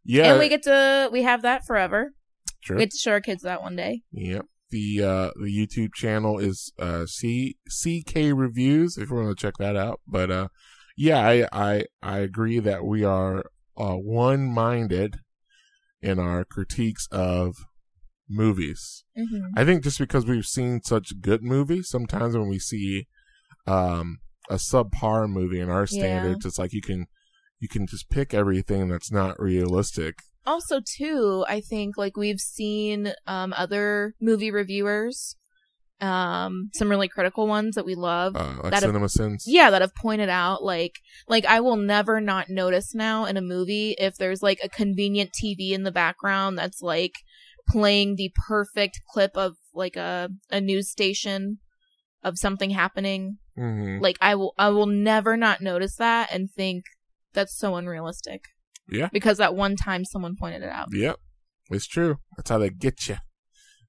Speaker 1: Yeah.
Speaker 2: And we get to we have that forever.
Speaker 1: sure.
Speaker 2: We get to show our kids that one day.
Speaker 1: Yep. The uh the YouTube channel is uh C CK Reviews if you want to check that out. But uh yeah, I I I agree that we are uh one minded in our critiques of movies.
Speaker 2: Mm-hmm.
Speaker 1: I think just because we've seen such good movies, sometimes when we see um a subpar movie in our standards, it's like you can you can just pick everything that's not realistic.
Speaker 2: Also, too, I think like we've seen um, other movie reviewers, um, some really critical ones that we love.
Speaker 1: Uh like
Speaker 2: That-
Speaker 1: cinema sins.
Speaker 2: yeah that have pointed out like like i will never not notice now in a movie if there's like a convenient tv in the background that's like playing the perfect clip of like a a news station of something happening
Speaker 1: hmm
Speaker 2: like i will i will never not notice that and think that's so unrealistic
Speaker 1: Yeah.
Speaker 2: because that one time someone pointed it out
Speaker 1: Yep, it's true. That's how they get you.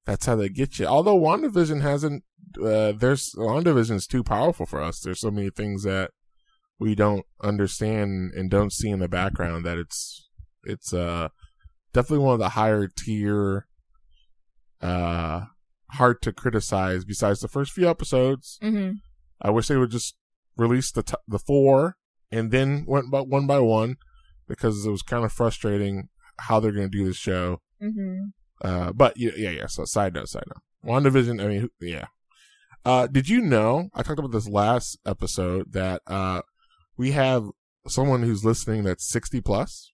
Speaker 1: That's how they get you. Although WandaVision hasn't, uh, there's WandaVision is too powerful for us. There's so many things that we don't understand and don't see in the background that it's it's uh definitely one of the higher tier, uh, hard to criticize. Besides the first few episodes,
Speaker 2: mm-hmm.
Speaker 1: I wish they would just release the t- the four and then went by one by one because it was kind of frustrating how they're going to do this show.
Speaker 2: Mm-hmm.
Speaker 1: Uh, but yeah, yeah, yeah. So side note, side note. WandaVision. I mean, who- yeah. Uh, did you know? I talked about this last episode that uh, we have someone who's listening that's sixty plus.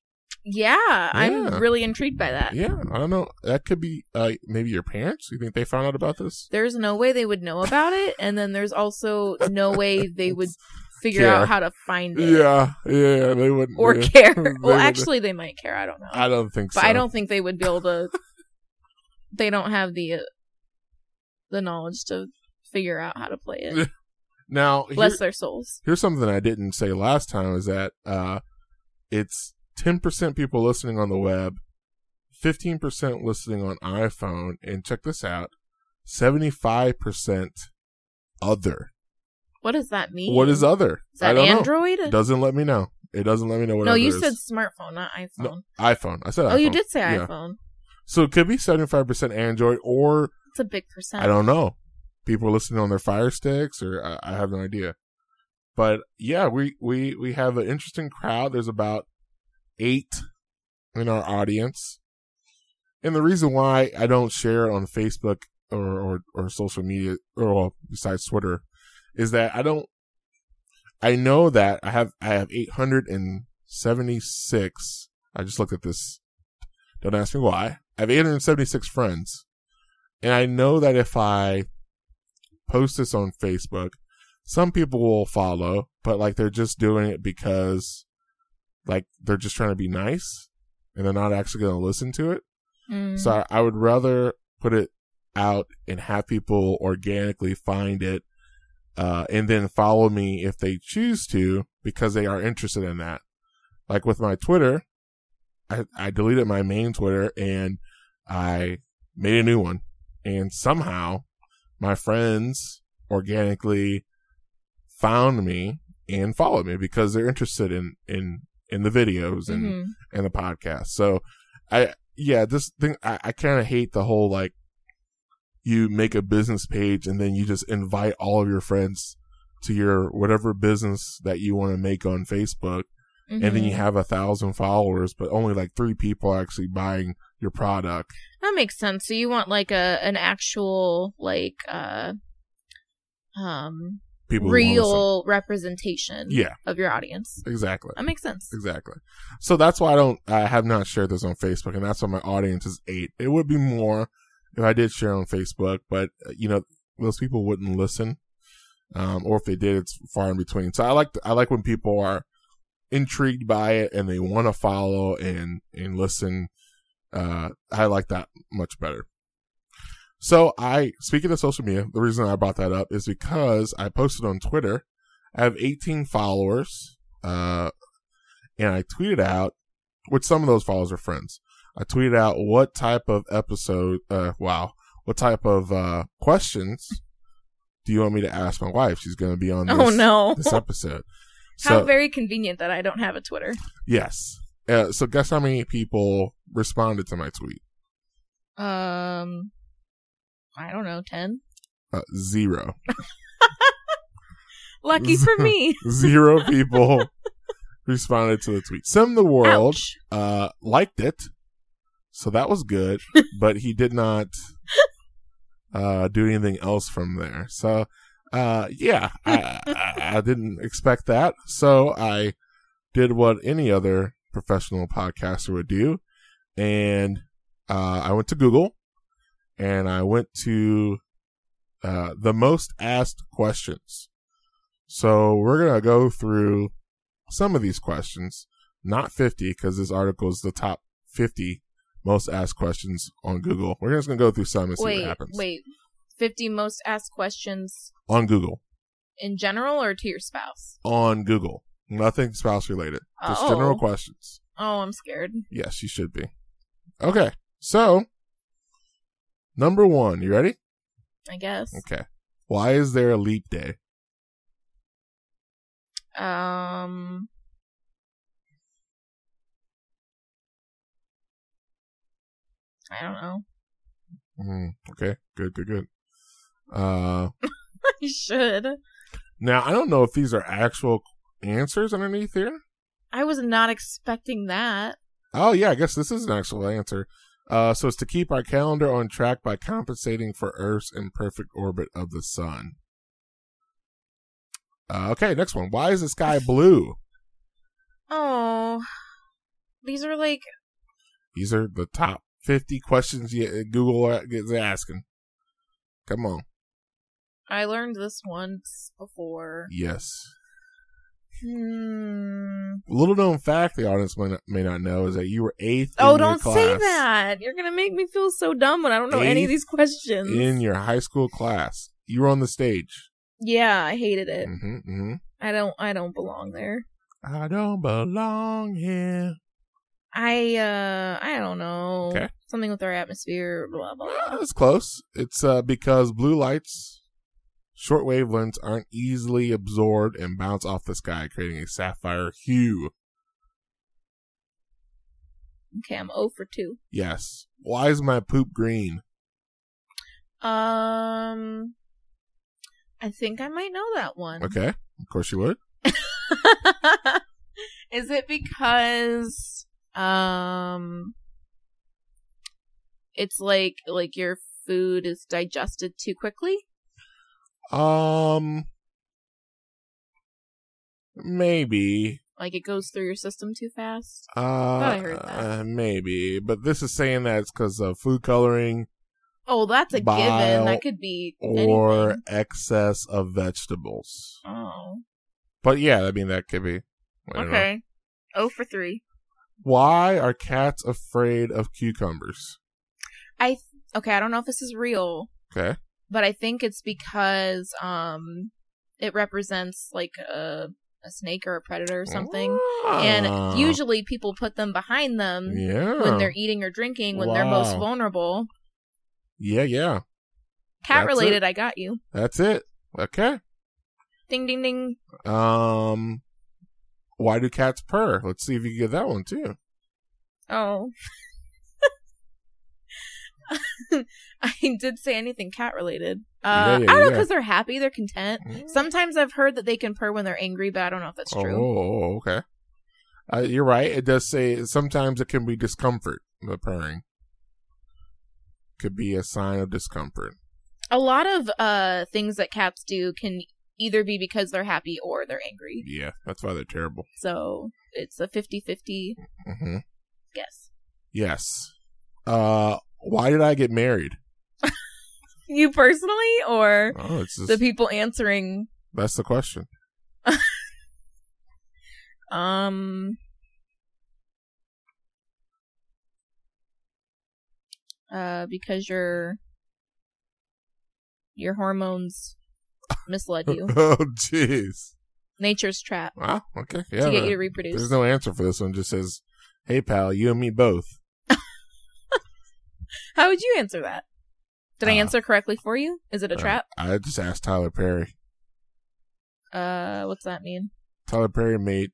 Speaker 2: Yeah, I'm
Speaker 1: Yeah.
Speaker 2: really intrigued by that.
Speaker 1: Yeah, I don't know. That could be uh, maybe your parents. You think they found out about this?
Speaker 2: There's no way they would know about it, and then there's also no way they would figure
Speaker 1: Care.
Speaker 2: out how to find it
Speaker 1: Yeah, yeah, they wouldn't.
Speaker 2: or
Speaker 1: yeah. They
Speaker 2: care. Well,
Speaker 1: would-
Speaker 2: actually, they might care. I don't know,
Speaker 1: I don't think
Speaker 2: but
Speaker 1: so.
Speaker 2: I don't think they would be able to. they don't have the uh, the knowledge to figure out how to play it.
Speaker 1: Now, here-
Speaker 2: Bless their souls.
Speaker 1: here's something I didn't say last time is that uh, it's 10% people listening on the web, 15% listening on iPhone, and check this out 75% other.
Speaker 2: What does that mean?
Speaker 1: What is other?
Speaker 2: Is that
Speaker 1: I don't
Speaker 2: Android?
Speaker 1: know. It doesn't let me know. It doesn't let me know what
Speaker 2: no,
Speaker 1: other
Speaker 2: you
Speaker 1: is.
Speaker 2: said smartphone, not iPhone.
Speaker 1: No, iPhone. I said iPhone.
Speaker 2: oh, you did say
Speaker 1: Yeah.
Speaker 2: iPhone.
Speaker 1: So it could be 75% Android or
Speaker 2: It's a big percent.
Speaker 1: I don't know. People listening on their Fire Sticks, or uh, I, I have no idea. But yeah, we we we have an interesting crowd. There's about eight in our audience, and the reason why I don't share it on Facebook or or, or social media, or well, besides Twitter, is that I don't. I know that I have I have 876. I just looked at this. Don't ask me why. I have 876 friends. And I know that if I post this on Facebook, some people will follow, but like they're just doing it because like they're just trying to be nice and they're not actually going to listen to it.
Speaker 2: Mm.
Speaker 1: So I, I would rather put it out and have people organically find it uh, and then follow me if they choose to because they are interested in that. Like with my Twitter, I, I deleted my main Twitter and I made a new one. And somehow my friends organically found me and followed me because they're interested in, in, in the videos and
Speaker 2: Mhm.
Speaker 1: and the podcast. So I yeah, this thing I, I kinda hate the whole like you make a business page and then you just invite all of your friends to your whatever business that you want to make on Facebook and then
Speaker 2: Mhm.
Speaker 1: you have a thousand followers but only like three people are actually buying your product.
Speaker 2: That makes sense. So you want like a an actual like uh um
Speaker 1: People who wanna listen.
Speaker 2: real representation
Speaker 1: Yeah,
Speaker 2: of your audience.
Speaker 1: exactly.
Speaker 2: That makes sense.
Speaker 1: Exactly. So that's why I don't I have not shared this on Facebook and that's why my audience is 8. It would be more if I did share on Facebook, but uh, you know those people wouldn't listen. Um or if they did it's far in between. So I like I like when people are intrigued by it and they want to follow and and listen. Uh I like that much better. So I speaking of social media, the reason I brought that up is because I posted on Twitter. I have 18 followers. Uh and I tweeted out, which some of those followers are friends. I tweeted out what type of episode, uh, wow, what type of uh, questions do you want me to ask my wife? She's going to be on this,
Speaker 2: Oh no.
Speaker 1: this episode.
Speaker 2: How
Speaker 1: So,
Speaker 2: very convenient that I don't have a Twitter.
Speaker 1: yes. Uh, so, guess how many people responded to my tweet?
Speaker 2: Um I don't know, 10.
Speaker 1: Uh, zero.
Speaker 2: Lucky for me.
Speaker 1: Zero people responded to the tweet. Sim the World
Speaker 2: Ouch.
Speaker 1: uh, liked it, so that was good. but he did not uh, do anything else from there. So, uh, yeah, I, I, I didn't expect that. So I did what any other professional podcaster would do, and uh, I went to Google, and I went to uh, the most asked questions. So we're gonna go through some of these questions not 50 because this article is the top 50 most asked questions on Google. We're just gonna go through some and see what
Speaker 2: Wait,
Speaker 1: happens
Speaker 2: wait. 50 most asked questions
Speaker 1: on Google.
Speaker 2: in general or to your spouse?
Speaker 1: On Google, nothing spouse related, just
Speaker 2: Oh.
Speaker 1: general questions.
Speaker 2: Oh, I'm scared.
Speaker 1: Yes, you should be. Okay, so number one, you ready?
Speaker 2: I guess.
Speaker 1: Okay, why is there a leap day?
Speaker 2: Um, I don't know.
Speaker 1: Mm, okay, good, good, good. Uh,
Speaker 2: I should.
Speaker 1: now I don't know if these are actual answers underneath here.
Speaker 2: I was not expecting that.
Speaker 1: Oh yeah, I guess this is an actual answer. Uh, so it's to keep our calendar on track by compensating for Earth's imperfect orbit of the sun. Uh, okay, next one. Why is the sky blue?
Speaker 2: Oh, these are like
Speaker 1: These are the top 50 questions you, Google uh, is asking. Come on.
Speaker 2: I learned this once before.
Speaker 1: Yes.
Speaker 2: Hmm.
Speaker 1: Little known fact the audience may not, may not know is that you were eighth.
Speaker 2: Oh,
Speaker 1: in your
Speaker 2: don't say
Speaker 1: class,
Speaker 2: that. You're gonna make me feel so dumb when I don't know any
Speaker 1: Eighth
Speaker 2: of these questions.
Speaker 1: In your high school class, you were on the stage.
Speaker 2: yeah, I hated it.
Speaker 1: Mm-hmm, mm-hmm.
Speaker 2: I don't. I don't belong there.
Speaker 1: I don't belong here.
Speaker 2: I. uh I don't know.
Speaker 1: Okay.
Speaker 2: Something with our atmosphere. Blah blah.
Speaker 1: Well, it's close. It's uh, because blue lights, short wavelengths aren't easily absorbed and bounce off the sky, creating a sapphire hue.
Speaker 2: Okay, I'm 0 for two.
Speaker 1: Yes. Why is my poop green?
Speaker 2: Um. I think I might know that one.
Speaker 1: Okay. Of course you would.
Speaker 2: Is it because um it's like like your food is digested too quickly?
Speaker 1: Um. Maybe.
Speaker 2: Like it goes through your system too fast?
Speaker 1: Uh,
Speaker 2: I heard that.
Speaker 1: uh, maybe, but this is saying that it's because of food coloring
Speaker 2: Oh, that's a given.
Speaker 1: Bile
Speaker 2: That could be
Speaker 1: or
Speaker 2: anything.
Speaker 1: excess of vegetables.
Speaker 2: Oh.
Speaker 1: But yeah, I mean that could be. I don't know.
Speaker 2: Okay. Oh for 3.
Speaker 1: Why are cats afraid of cucumbers?
Speaker 2: I th- Okay, I don't know if this is real,
Speaker 1: Okay.
Speaker 2: but I think it's because um it represents like a a snake or a predator or something.
Speaker 1: Ah.
Speaker 2: and usually people put them behind them
Speaker 1: yeah.
Speaker 2: when they're eating or drinking when they're most
Speaker 1: Wow.
Speaker 2: vulnerable.
Speaker 1: yeah, yeah.
Speaker 2: Cat
Speaker 1: That's
Speaker 2: related, I got you.
Speaker 1: That's it. Okay.
Speaker 2: Ding ding ding.
Speaker 1: Um, why do cats purr? Let's see if you can get that one too.
Speaker 2: Oh. I did say anything cat related.
Speaker 1: Yeah,
Speaker 2: Uh,
Speaker 1: yeah,
Speaker 2: I don't know
Speaker 1: yeah.
Speaker 2: because they're happy, they're content. Sometimes I've heard that they can purr when they're angry, but I don't know if that's true.
Speaker 1: Oh, okay. Uh, you're right. It does say sometimes it can be discomfort. The purring could be a sign of discomfort.
Speaker 2: A lot of uh, things that cats do can either be because they're happy or they're angry.
Speaker 1: Yeah, that's why they're terrible.
Speaker 2: So it's a 50 50
Speaker 1: hmm
Speaker 2: guess.
Speaker 1: Yes. Uh, why did I get married?
Speaker 2: You personally or
Speaker 1: Oh, it's just,
Speaker 2: the people answering
Speaker 1: that's the question.
Speaker 2: Um. Uh, because your your hormones misled you.
Speaker 1: oh, jeez.
Speaker 2: Nature's trap
Speaker 1: Wow. Okay. Yeah.
Speaker 2: to get you to
Speaker 1: there-
Speaker 2: reproduce.
Speaker 1: there's no answer for this one. It just says, "Hey, pal, you and me both."
Speaker 2: How would you answer that? Did I
Speaker 1: Uh,
Speaker 2: answer correctly for you? Is it a
Speaker 1: Uh,
Speaker 2: trap?
Speaker 1: I just asked Tyler Perry.
Speaker 2: Uh, what's that mean?
Speaker 1: Tyler Perry made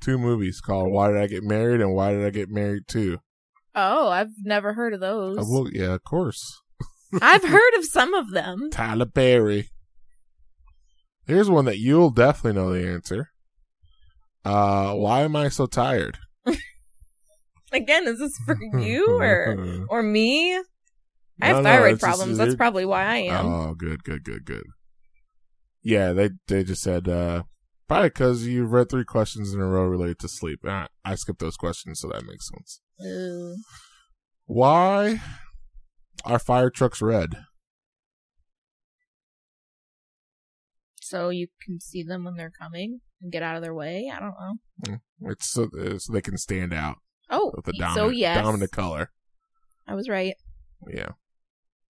Speaker 1: two movies called "Why Did I Get Married" and "Why Did I Get Married Too."
Speaker 2: Oh, I've never heard of those.
Speaker 1: Uh, well, yeah, of course.
Speaker 2: I've heard of some of them.
Speaker 1: Tyler Perry. Here's one that you'll definitely know the answer. Uh, why am I so tired?
Speaker 2: Again, is this for you or or me? I
Speaker 1: No,
Speaker 2: have
Speaker 1: Hmm. no,
Speaker 2: thyroid
Speaker 1: it's just-
Speaker 2: problems. That's
Speaker 1: you're-
Speaker 2: probably why I am.
Speaker 1: Oh, good, good, good, good. Yeah, they they just said uh, probably because you read three questions in a row related to sleep. And I, I skipped those questions, so that makes sense.
Speaker 2: Ooh.
Speaker 1: Why are fire trucks red?
Speaker 2: so you can see them when they're coming and get out of their way. I don't know.
Speaker 1: It's so, uh, so they can stand out
Speaker 2: Oh,
Speaker 1: with the
Speaker 2: y-
Speaker 1: dominant,
Speaker 2: so yes,
Speaker 1: dominant color.
Speaker 2: I was right.
Speaker 1: Yeah.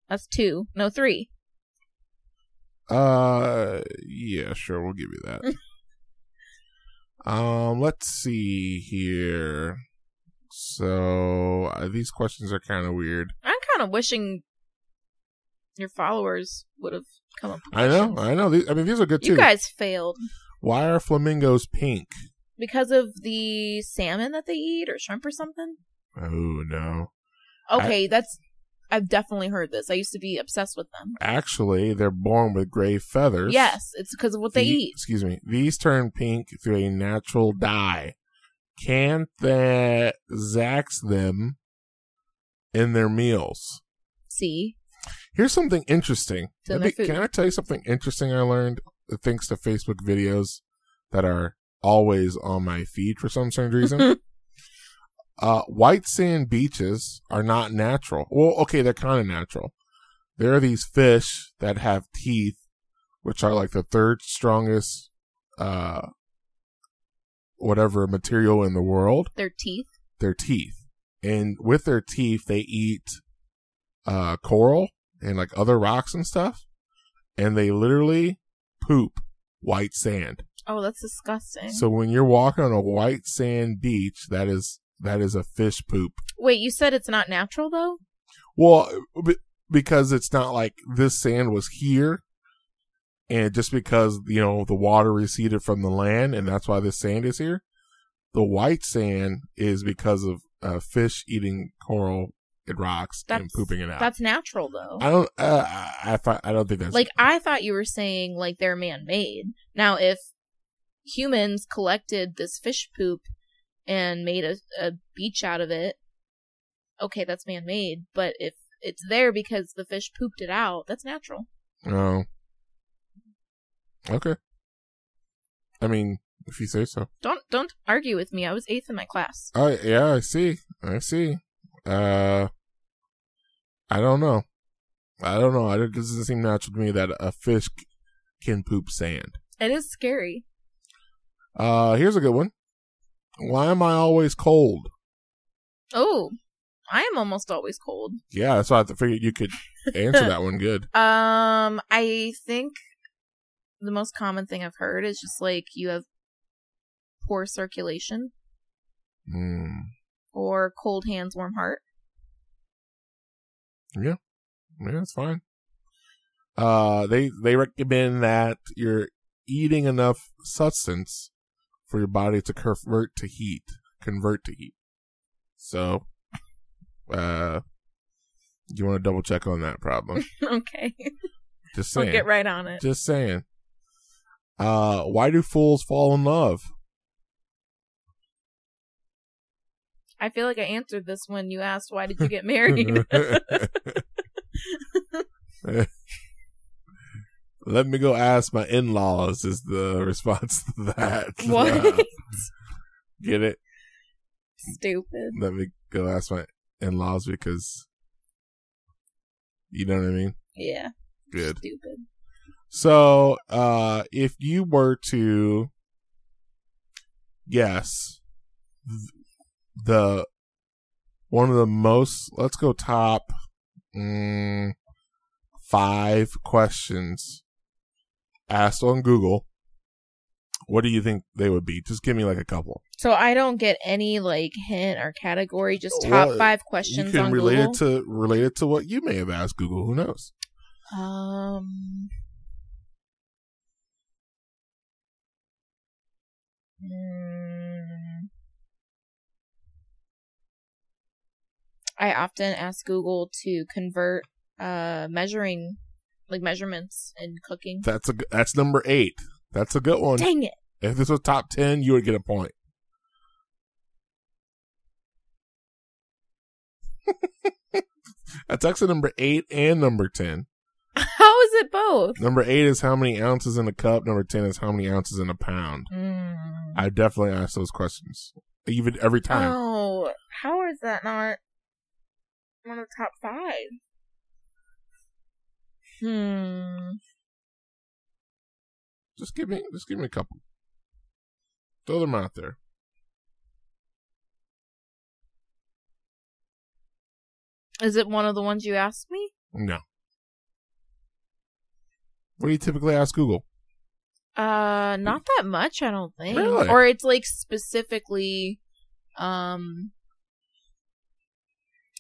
Speaker 2: That's two, no three.
Speaker 1: Uh, yeah, sure, we'll give you that. um, let's see here. So uh, these questions are kind of weird.
Speaker 2: I'm kind of wishing your followers would have come up. With
Speaker 1: I know,
Speaker 2: questions.
Speaker 1: I know. These, I mean, these are good
Speaker 2: You
Speaker 1: too.
Speaker 2: guys failed
Speaker 1: Why are flamingos pink?
Speaker 2: because of the salmon that they eat or shrimp or something.
Speaker 1: Oh no!
Speaker 2: Okay, that's. I've definitely heard this. I used to be obsessed with them.
Speaker 1: Actually, they're born with gray feathers.
Speaker 2: Yes, it's because of what they
Speaker 1: The-
Speaker 2: eat.
Speaker 1: Excuse me. These turn pink through a natural dye. Can that zax them in their meals?
Speaker 2: See,
Speaker 1: Here's something interesting.
Speaker 2: It's in
Speaker 1: Let me-
Speaker 2: their food.
Speaker 1: can I tell you something interesting I learned thanks to Facebook videos that are always on my feed for some strange reason? Uh, white sand beaches are not natural. Well, okay, they're kind of natural. There are these fish that have teeth, which are like the third strongest, uh, whatever material in the world.
Speaker 2: Their teeth.
Speaker 1: Their teeth, and with their teeth, they eat, uh, coral and like other rocks and stuff, and they literally poop white sand.
Speaker 2: Oh, that's disgusting.
Speaker 1: So when you're walking on a white sand beach, that is that is a fish poop.
Speaker 2: Wait, you said it's not natural though?
Speaker 1: Well, b- because it's not like this sand was here, and just because you know the water receded from the land, and that's why this sand is here. The white sand is because of uh, fish eating coral and rocks and
Speaker 2: That's-
Speaker 1: pooping it out.
Speaker 2: That's natural though.
Speaker 1: I don't. Uh, I I, fi- I don't think that's
Speaker 2: like I thought you were saying like they're man-made. Now if humans collected this fish poop and made a, a beach out of it, okay, that's man-made, but if it's there because the fish pooped it out, that's natural.
Speaker 1: no. Okay. I mean, if you say so.
Speaker 2: Don't don't argue with me. I was 8th in my class.
Speaker 1: Oh yeah, I see. I see. Uh, I don't know. I don't know. I- It doesn't seem natural to me that a fish c- can poop sand.
Speaker 2: It is scary.
Speaker 1: Uh, here's a good one. Why am I always cold?
Speaker 2: Oh, I am almost always cold.
Speaker 1: Yeah, that's why I figured you could answer that one good.
Speaker 2: Um, I think the most common thing I've heard is just like you have poor circulation
Speaker 1: Mm,
Speaker 2: or cold hands, warm heart.
Speaker 1: yeah, that's fine. Uh, they they recommend that you're eating enough substance for your body to convert to heat, convert to heat. So, uh, you want to double check on that problem.
Speaker 2: okay,
Speaker 1: Just
Speaker 2: I'll
Speaker 1: saying.
Speaker 2: get right on it.
Speaker 1: Just saying. Uh, why do fools fall in love?
Speaker 2: I feel like I answered this when you asked why did you get married.
Speaker 1: Let me go ask my in laws is the response to that. Uh,
Speaker 2: what?
Speaker 1: Get it?
Speaker 2: Stupid.
Speaker 1: Let me go ask my in laws because you know what I mean?
Speaker 2: Yeah.
Speaker 1: Good.
Speaker 2: Stupid.
Speaker 1: So, uh, if you were to guess th- the one of the most, let's go top mm, five questions asked on Google, what do you think they would be? Just give me like a couple.
Speaker 2: So I don't get any like hint or category. Just top
Speaker 1: Well,
Speaker 2: five
Speaker 1: you
Speaker 2: questions
Speaker 1: can
Speaker 2: on
Speaker 1: relate
Speaker 2: Google.
Speaker 1: it to relate it to what you may have asked Google. Who knows?
Speaker 2: Um. mm, I often ask Google to convert uh measuring like measurements in cooking.
Speaker 1: That's a g- that's number eight. That's a good one.
Speaker 2: Dang it.
Speaker 1: If this was top ten, you would get a point. That's actually number eight and number ten.
Speaker 2: How is it both?
Speaker 1: Number eight is how many ounces in a cup. Number ten is how many ounces in a pound.
Speaker 2: Mm.
Speaker 1: I definitely ask those questions, even every time.
Speaker 2: Oh, how is that not one of the top five? Hmm.
Speaker 1: Just give me, just give me a couple. Throw them out there.
Speaker 2: Is it one of the ones you asked me?
Speaker 1: No. What do you typically ask Google?
Speaker 2: Uh, not that much, I don't think.
Speaker 1: Hmm. Really?
Speaker 2: Or it's like specifically, um,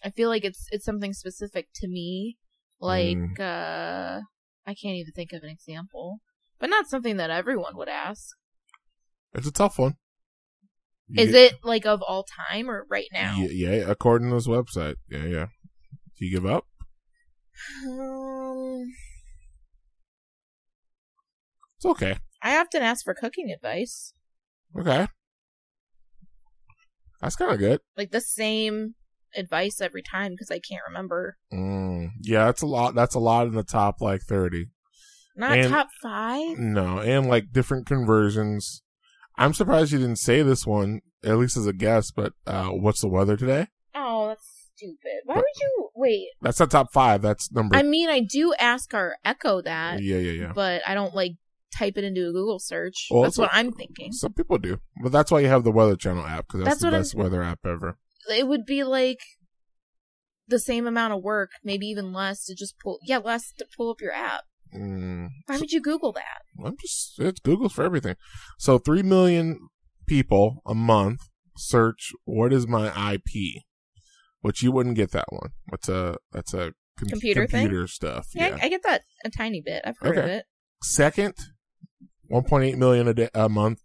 Speaker 2: I feel like it's it's something specific to me. Like,
Speaker 1: Mm.
Speaker 2: uh, I can't even think of an example, but not something that everyone would ask.
Speaker 1: It's a tough one.
Speaker 2: Is
Speaker 1: it?
Speaker 2: it like of all time or right now?
Speaker 1: Ye- Yeah, according to this website. Yeah, yeah. Do you give up?
Speaker 2: Um,
Speaker 1: It's okay.
Speaker 2: I often ask for cooking advice,
Speaker 1: Okay. That's kind of good.
Speaker 2: like the same advice every time because I can't remember.
Speaker 1: Mm, yeah, that's a lot. That's a lot in the top like thirty.
Speaker 2: Not
Speaker 1: And-
Speaker 2: top five.
Speaker 1: No, and like different conversions. I'm surprised you didn't say this one, at least as a guess, but uh, what's the weather today?
Speaker 2: Oh, that's stupid. Why
Speaker 1: But-
Speaker 2: would you wait?
Speaker 1: That's not top five. That's number.
Speaker 2: I mean, I do ask our Echo that,
Speaker 1: yeah, yeah, yeah.
Speaker 2: but I don't like type it into a Google search.
Speaker 1: Well,
Speaker 2: that's
Speaker 1: that's
Speaker 2: what I'm thinking.
Speaker 1: Some people do, but that's why you have the Weather Channel app because that's,
Speaker 2: That's
Speaker 1: the
Speaker 2: what I'm-
Speaker 1: best weather app ever.
Speaker 2: It would be like the same amount of work, maybe even less, to just pull. Yeah, less to pull up your app.
Speaker 1: Mm,
Speaker 2: Why would you Google that?
Speaker 1: I'm just it's Google's for everything. So three million people a month search what is my IP, which you wouldn't get that one. That's a that's a com-
Speaker 2: Computer thing?
Speaker 1: computer stuff.
Speaker 2: Yeah, I, I get that a tiny bit. I've heard of
Speaker 1: Okay.
Speaker 2: it.
Speaker 1: Second, 1.8 million a day a month.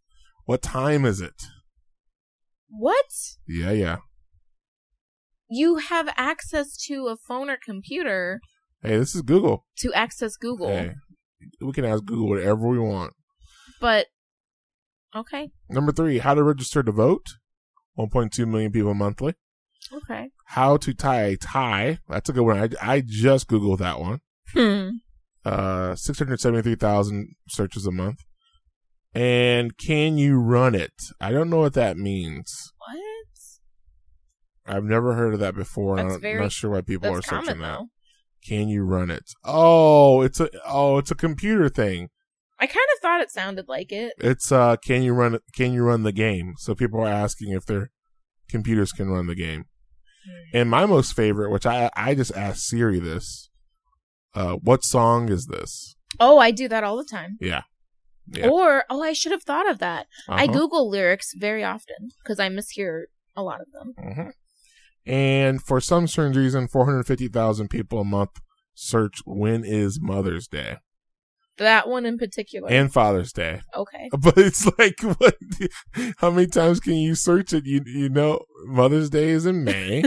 Speaker 1: What time is it?
Speaker 2: What?
Speaker 1: Yeah, yeah.
Speaker 2: You have access to a phone or computer
Speaker 1: Hey, this is Google.
Speaker 2: to access Google,
Speaker 1: Hey, we can ask Google whatever we want.
Speaker 2: but okay,
Speaker 1: Number three, how to register to vote. 1.2 million people monthly.
Speaker 2: okay.
Speaker 1: How to tie a tie. That's a good one. I, I just Googled that one.
Speaker 2: Hmm.
Speaker 1: Uh, 673,000 searches a month. And can you run it? I don't know what that means.
Speaker 2: What?
Speaker 1: I've never heard of that before. and
Speaker 2: That's
Speaker 1: I'm
Speaker 2: very-
Speaker 1: not sure why people are
Speaker 2: That's
Speaker 1: searching
Speaker 2: common
Speaker 1: that.
Speaker 2: though.
Speaker 1: Can you run it? Oh, it's a oh, it's a computer thing.
Speaker 2: I kind of thought it sounded like it.
Speaker 1: It's uh, can you run can you run the game? So people are asking if their computers can run the game.
Speaker 2: Hmm.
Speaker 1: And my most favorite, which I I just asked Siri this, uh, what song is this?
Speaker 2: Oh, I do that all the time.
Speaker 1: Yeah, Yeah.
Speaker 2: Or oh, I should have thought of that. I
Speaker 1: Uh-huh.
Speaker 2: Google lyrics very often because I mishear a lot of them.
Speaker 1: Mhm. And for some strange reason, four hundred fifty thousand people a month search when is Mother's Day
Speaker 2: That one in particular.
Speaker 1: and Father's Day.
Speaker 2: okay.
Speaker 1: But it's like, what? How many times can you search it? You you know, Mother's Day is in May.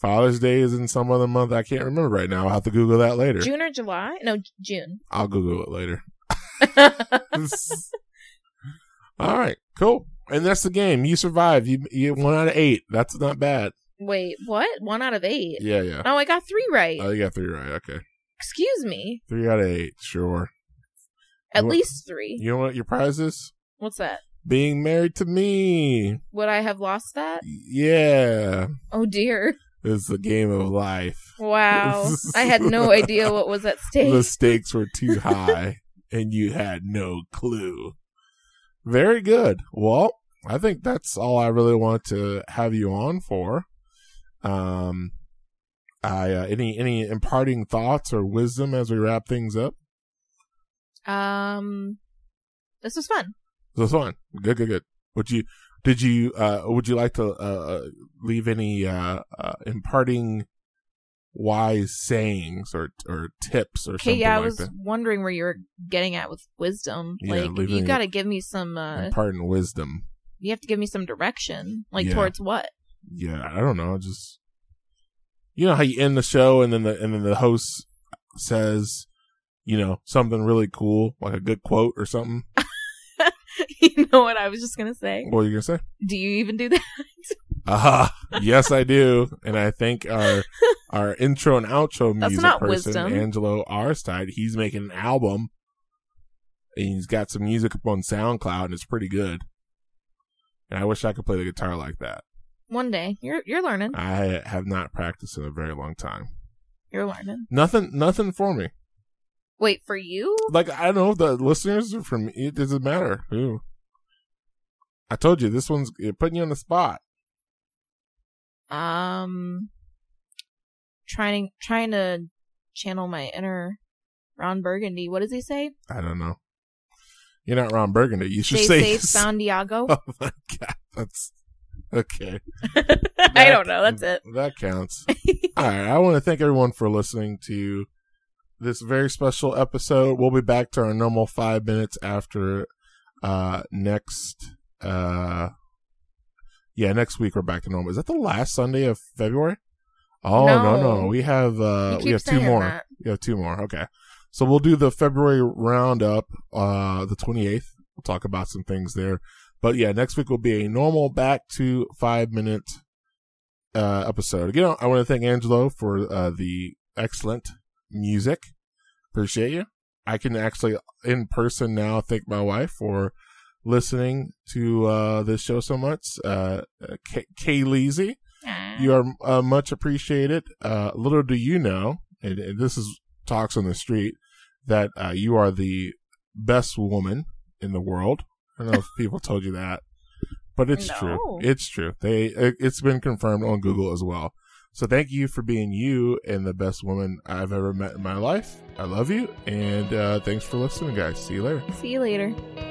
Speaker 1: Father's Day is in some other month. I can't remember right now. I'll have to Google that later.
Speaker 2: June or July? No, J- June.
Speaker 1: I'll Google it later. All right, cool. And that's the game. You survive. You you one out of eight. That's not bad.
Speaker 2: Wait, what? One out of eight.
Speaker 1: Yeah, yeah.
Speaker 2: Oh, I got three right.
Speaker 1: Oh, you got three right. Okay,
Speaker 2: Excuse me.
Speaker 1: three out of eight. Sure.
Speaker 2: At
Speaker 1: What-
Speaker 2: least three.
Speaker 1: You know what your prize is?
Speaker 2: What's that?
Speaker 1: Being married to me.
Speaker 2: Would I have lost that?
Speaker 1: Yeah,
Speaker 2: Oh dear.
Speaker 1: it's the game of life.
Speaker 2: Wow. I had no idea what was at
Speaker 1: the
Speaker 2: stake.
Speaker 1: stakes were too high and you had no clue. Very good. Well, I think that's all I really want to have you on for. Um, I uh, any any imparting thoughts or wisdom as we wrap things up.
Speaker 2: Um this was fun.
Speaker 1: It was fun. Good, good, good. Would you did you uh would you like to uh leave any uh, uh imparting wise sayings or or tips or
Speaker 2: Okay,
Speaker 1: something
Speaker 2: yeah, I
Speaker 1: like
Speaker 2: was
Speaker 1: that?
Speaker 2: wondering where you were getting at with wisdom.
Speaker 1: Yeah,
Speaker 2: like
Speaker 1: leaving
Speaker 2: you
Speaker 1: it-
Speaker 2: gotta give me some uh
Speaker 1: Imparting wisdom.
Speaker 2: you have to give me some direction. Like
Speaker 1: Yeah.
Speaker 2: towards what?
Speaker 1: yeah, I don't know, just you know how you end the show and then the and then the host says, you know, something really cool, like a good quote or something.
Speaker 2: you know what I was just gonna say?
Speaker 1: What are you gonna say?
Speaker 2: Do you even do that?
Speaker 1: Aha! Uh-huh. yes, I do, and I think our our intro and outro
Speaker 2: That's
Speaker 1: music
Speaker 2: not
Speaker 1: person,
Speaker 2: wisdom.
Speaker 1: Angelo Arstide, he's making an album, and he's got some music up on SoundCloud, and it's pretty good. And I wish I could play the guitar like that.
Speaker 2: One day. You're you're learning.
Speaker 1: I have not practiced in a very long time.
Speaker 2: You're learning.
Speaker 1: Nothing, nothing for me.
Speaker 2: Wait, for you?
Speaker 1: like I don't know the listeners are from it doesn't matter who. I told you this one's it putting you on the spot.
Speaker 2: Um, trying trying to channel my inner Ron Burgundy. What does he say?
Speaker 1: I don't know. You're not Ron Burgundy. You should
Speaker 2: Stay
Speaker 1: say
Speaker 2: safe, San Diego.
Speaker 1: Oh my god, that's okay. mm,
Speaker 2: I don't know. That's it.
Speaker 1: That counts. All right, I want to thank everyone for listening to this very special episode. We'll be back to our normal five minutes after uh next uh yeah next week we're back to normal. Is that the last Sunday of February? Oh no no,
Speaker 2: No.
Speaker 1: we have
Speaker 2: You
Speaker 1: uh
Speaker 2: keep
Speaker 1: we have two
Speaker 2: saying
Speaker 1: more.
Speaker 2: that.
Speaker 1: We have two more. Okay, so we'll do the February roundup uh the twenty eighth. We'll talk about some things there. But yeah, next week will be a normal back to five minute uh, episode. Again, I want to thank Angelo for uh, the excellent music. Appreciate you. I can actually in person now thank my wife for listening to uh, this show so much. Uh, Kay Kay Leezy,
Speaker 2: Ah.
Speaker 1: you are uh, much appreciated. Uh, little do you know, and, and this is talks on the street, that uh, you are the best woman in the world. I don't know if people told you that, but it's true.
Speaker 2: No.
Speaker 1: It's true. They it, it's been confirmed on Google as well. So thank you for being you and the best woman I've ever met in my life. I love you, and uh, thanks for listening, guys. See you later.
Speaker 2: See you later.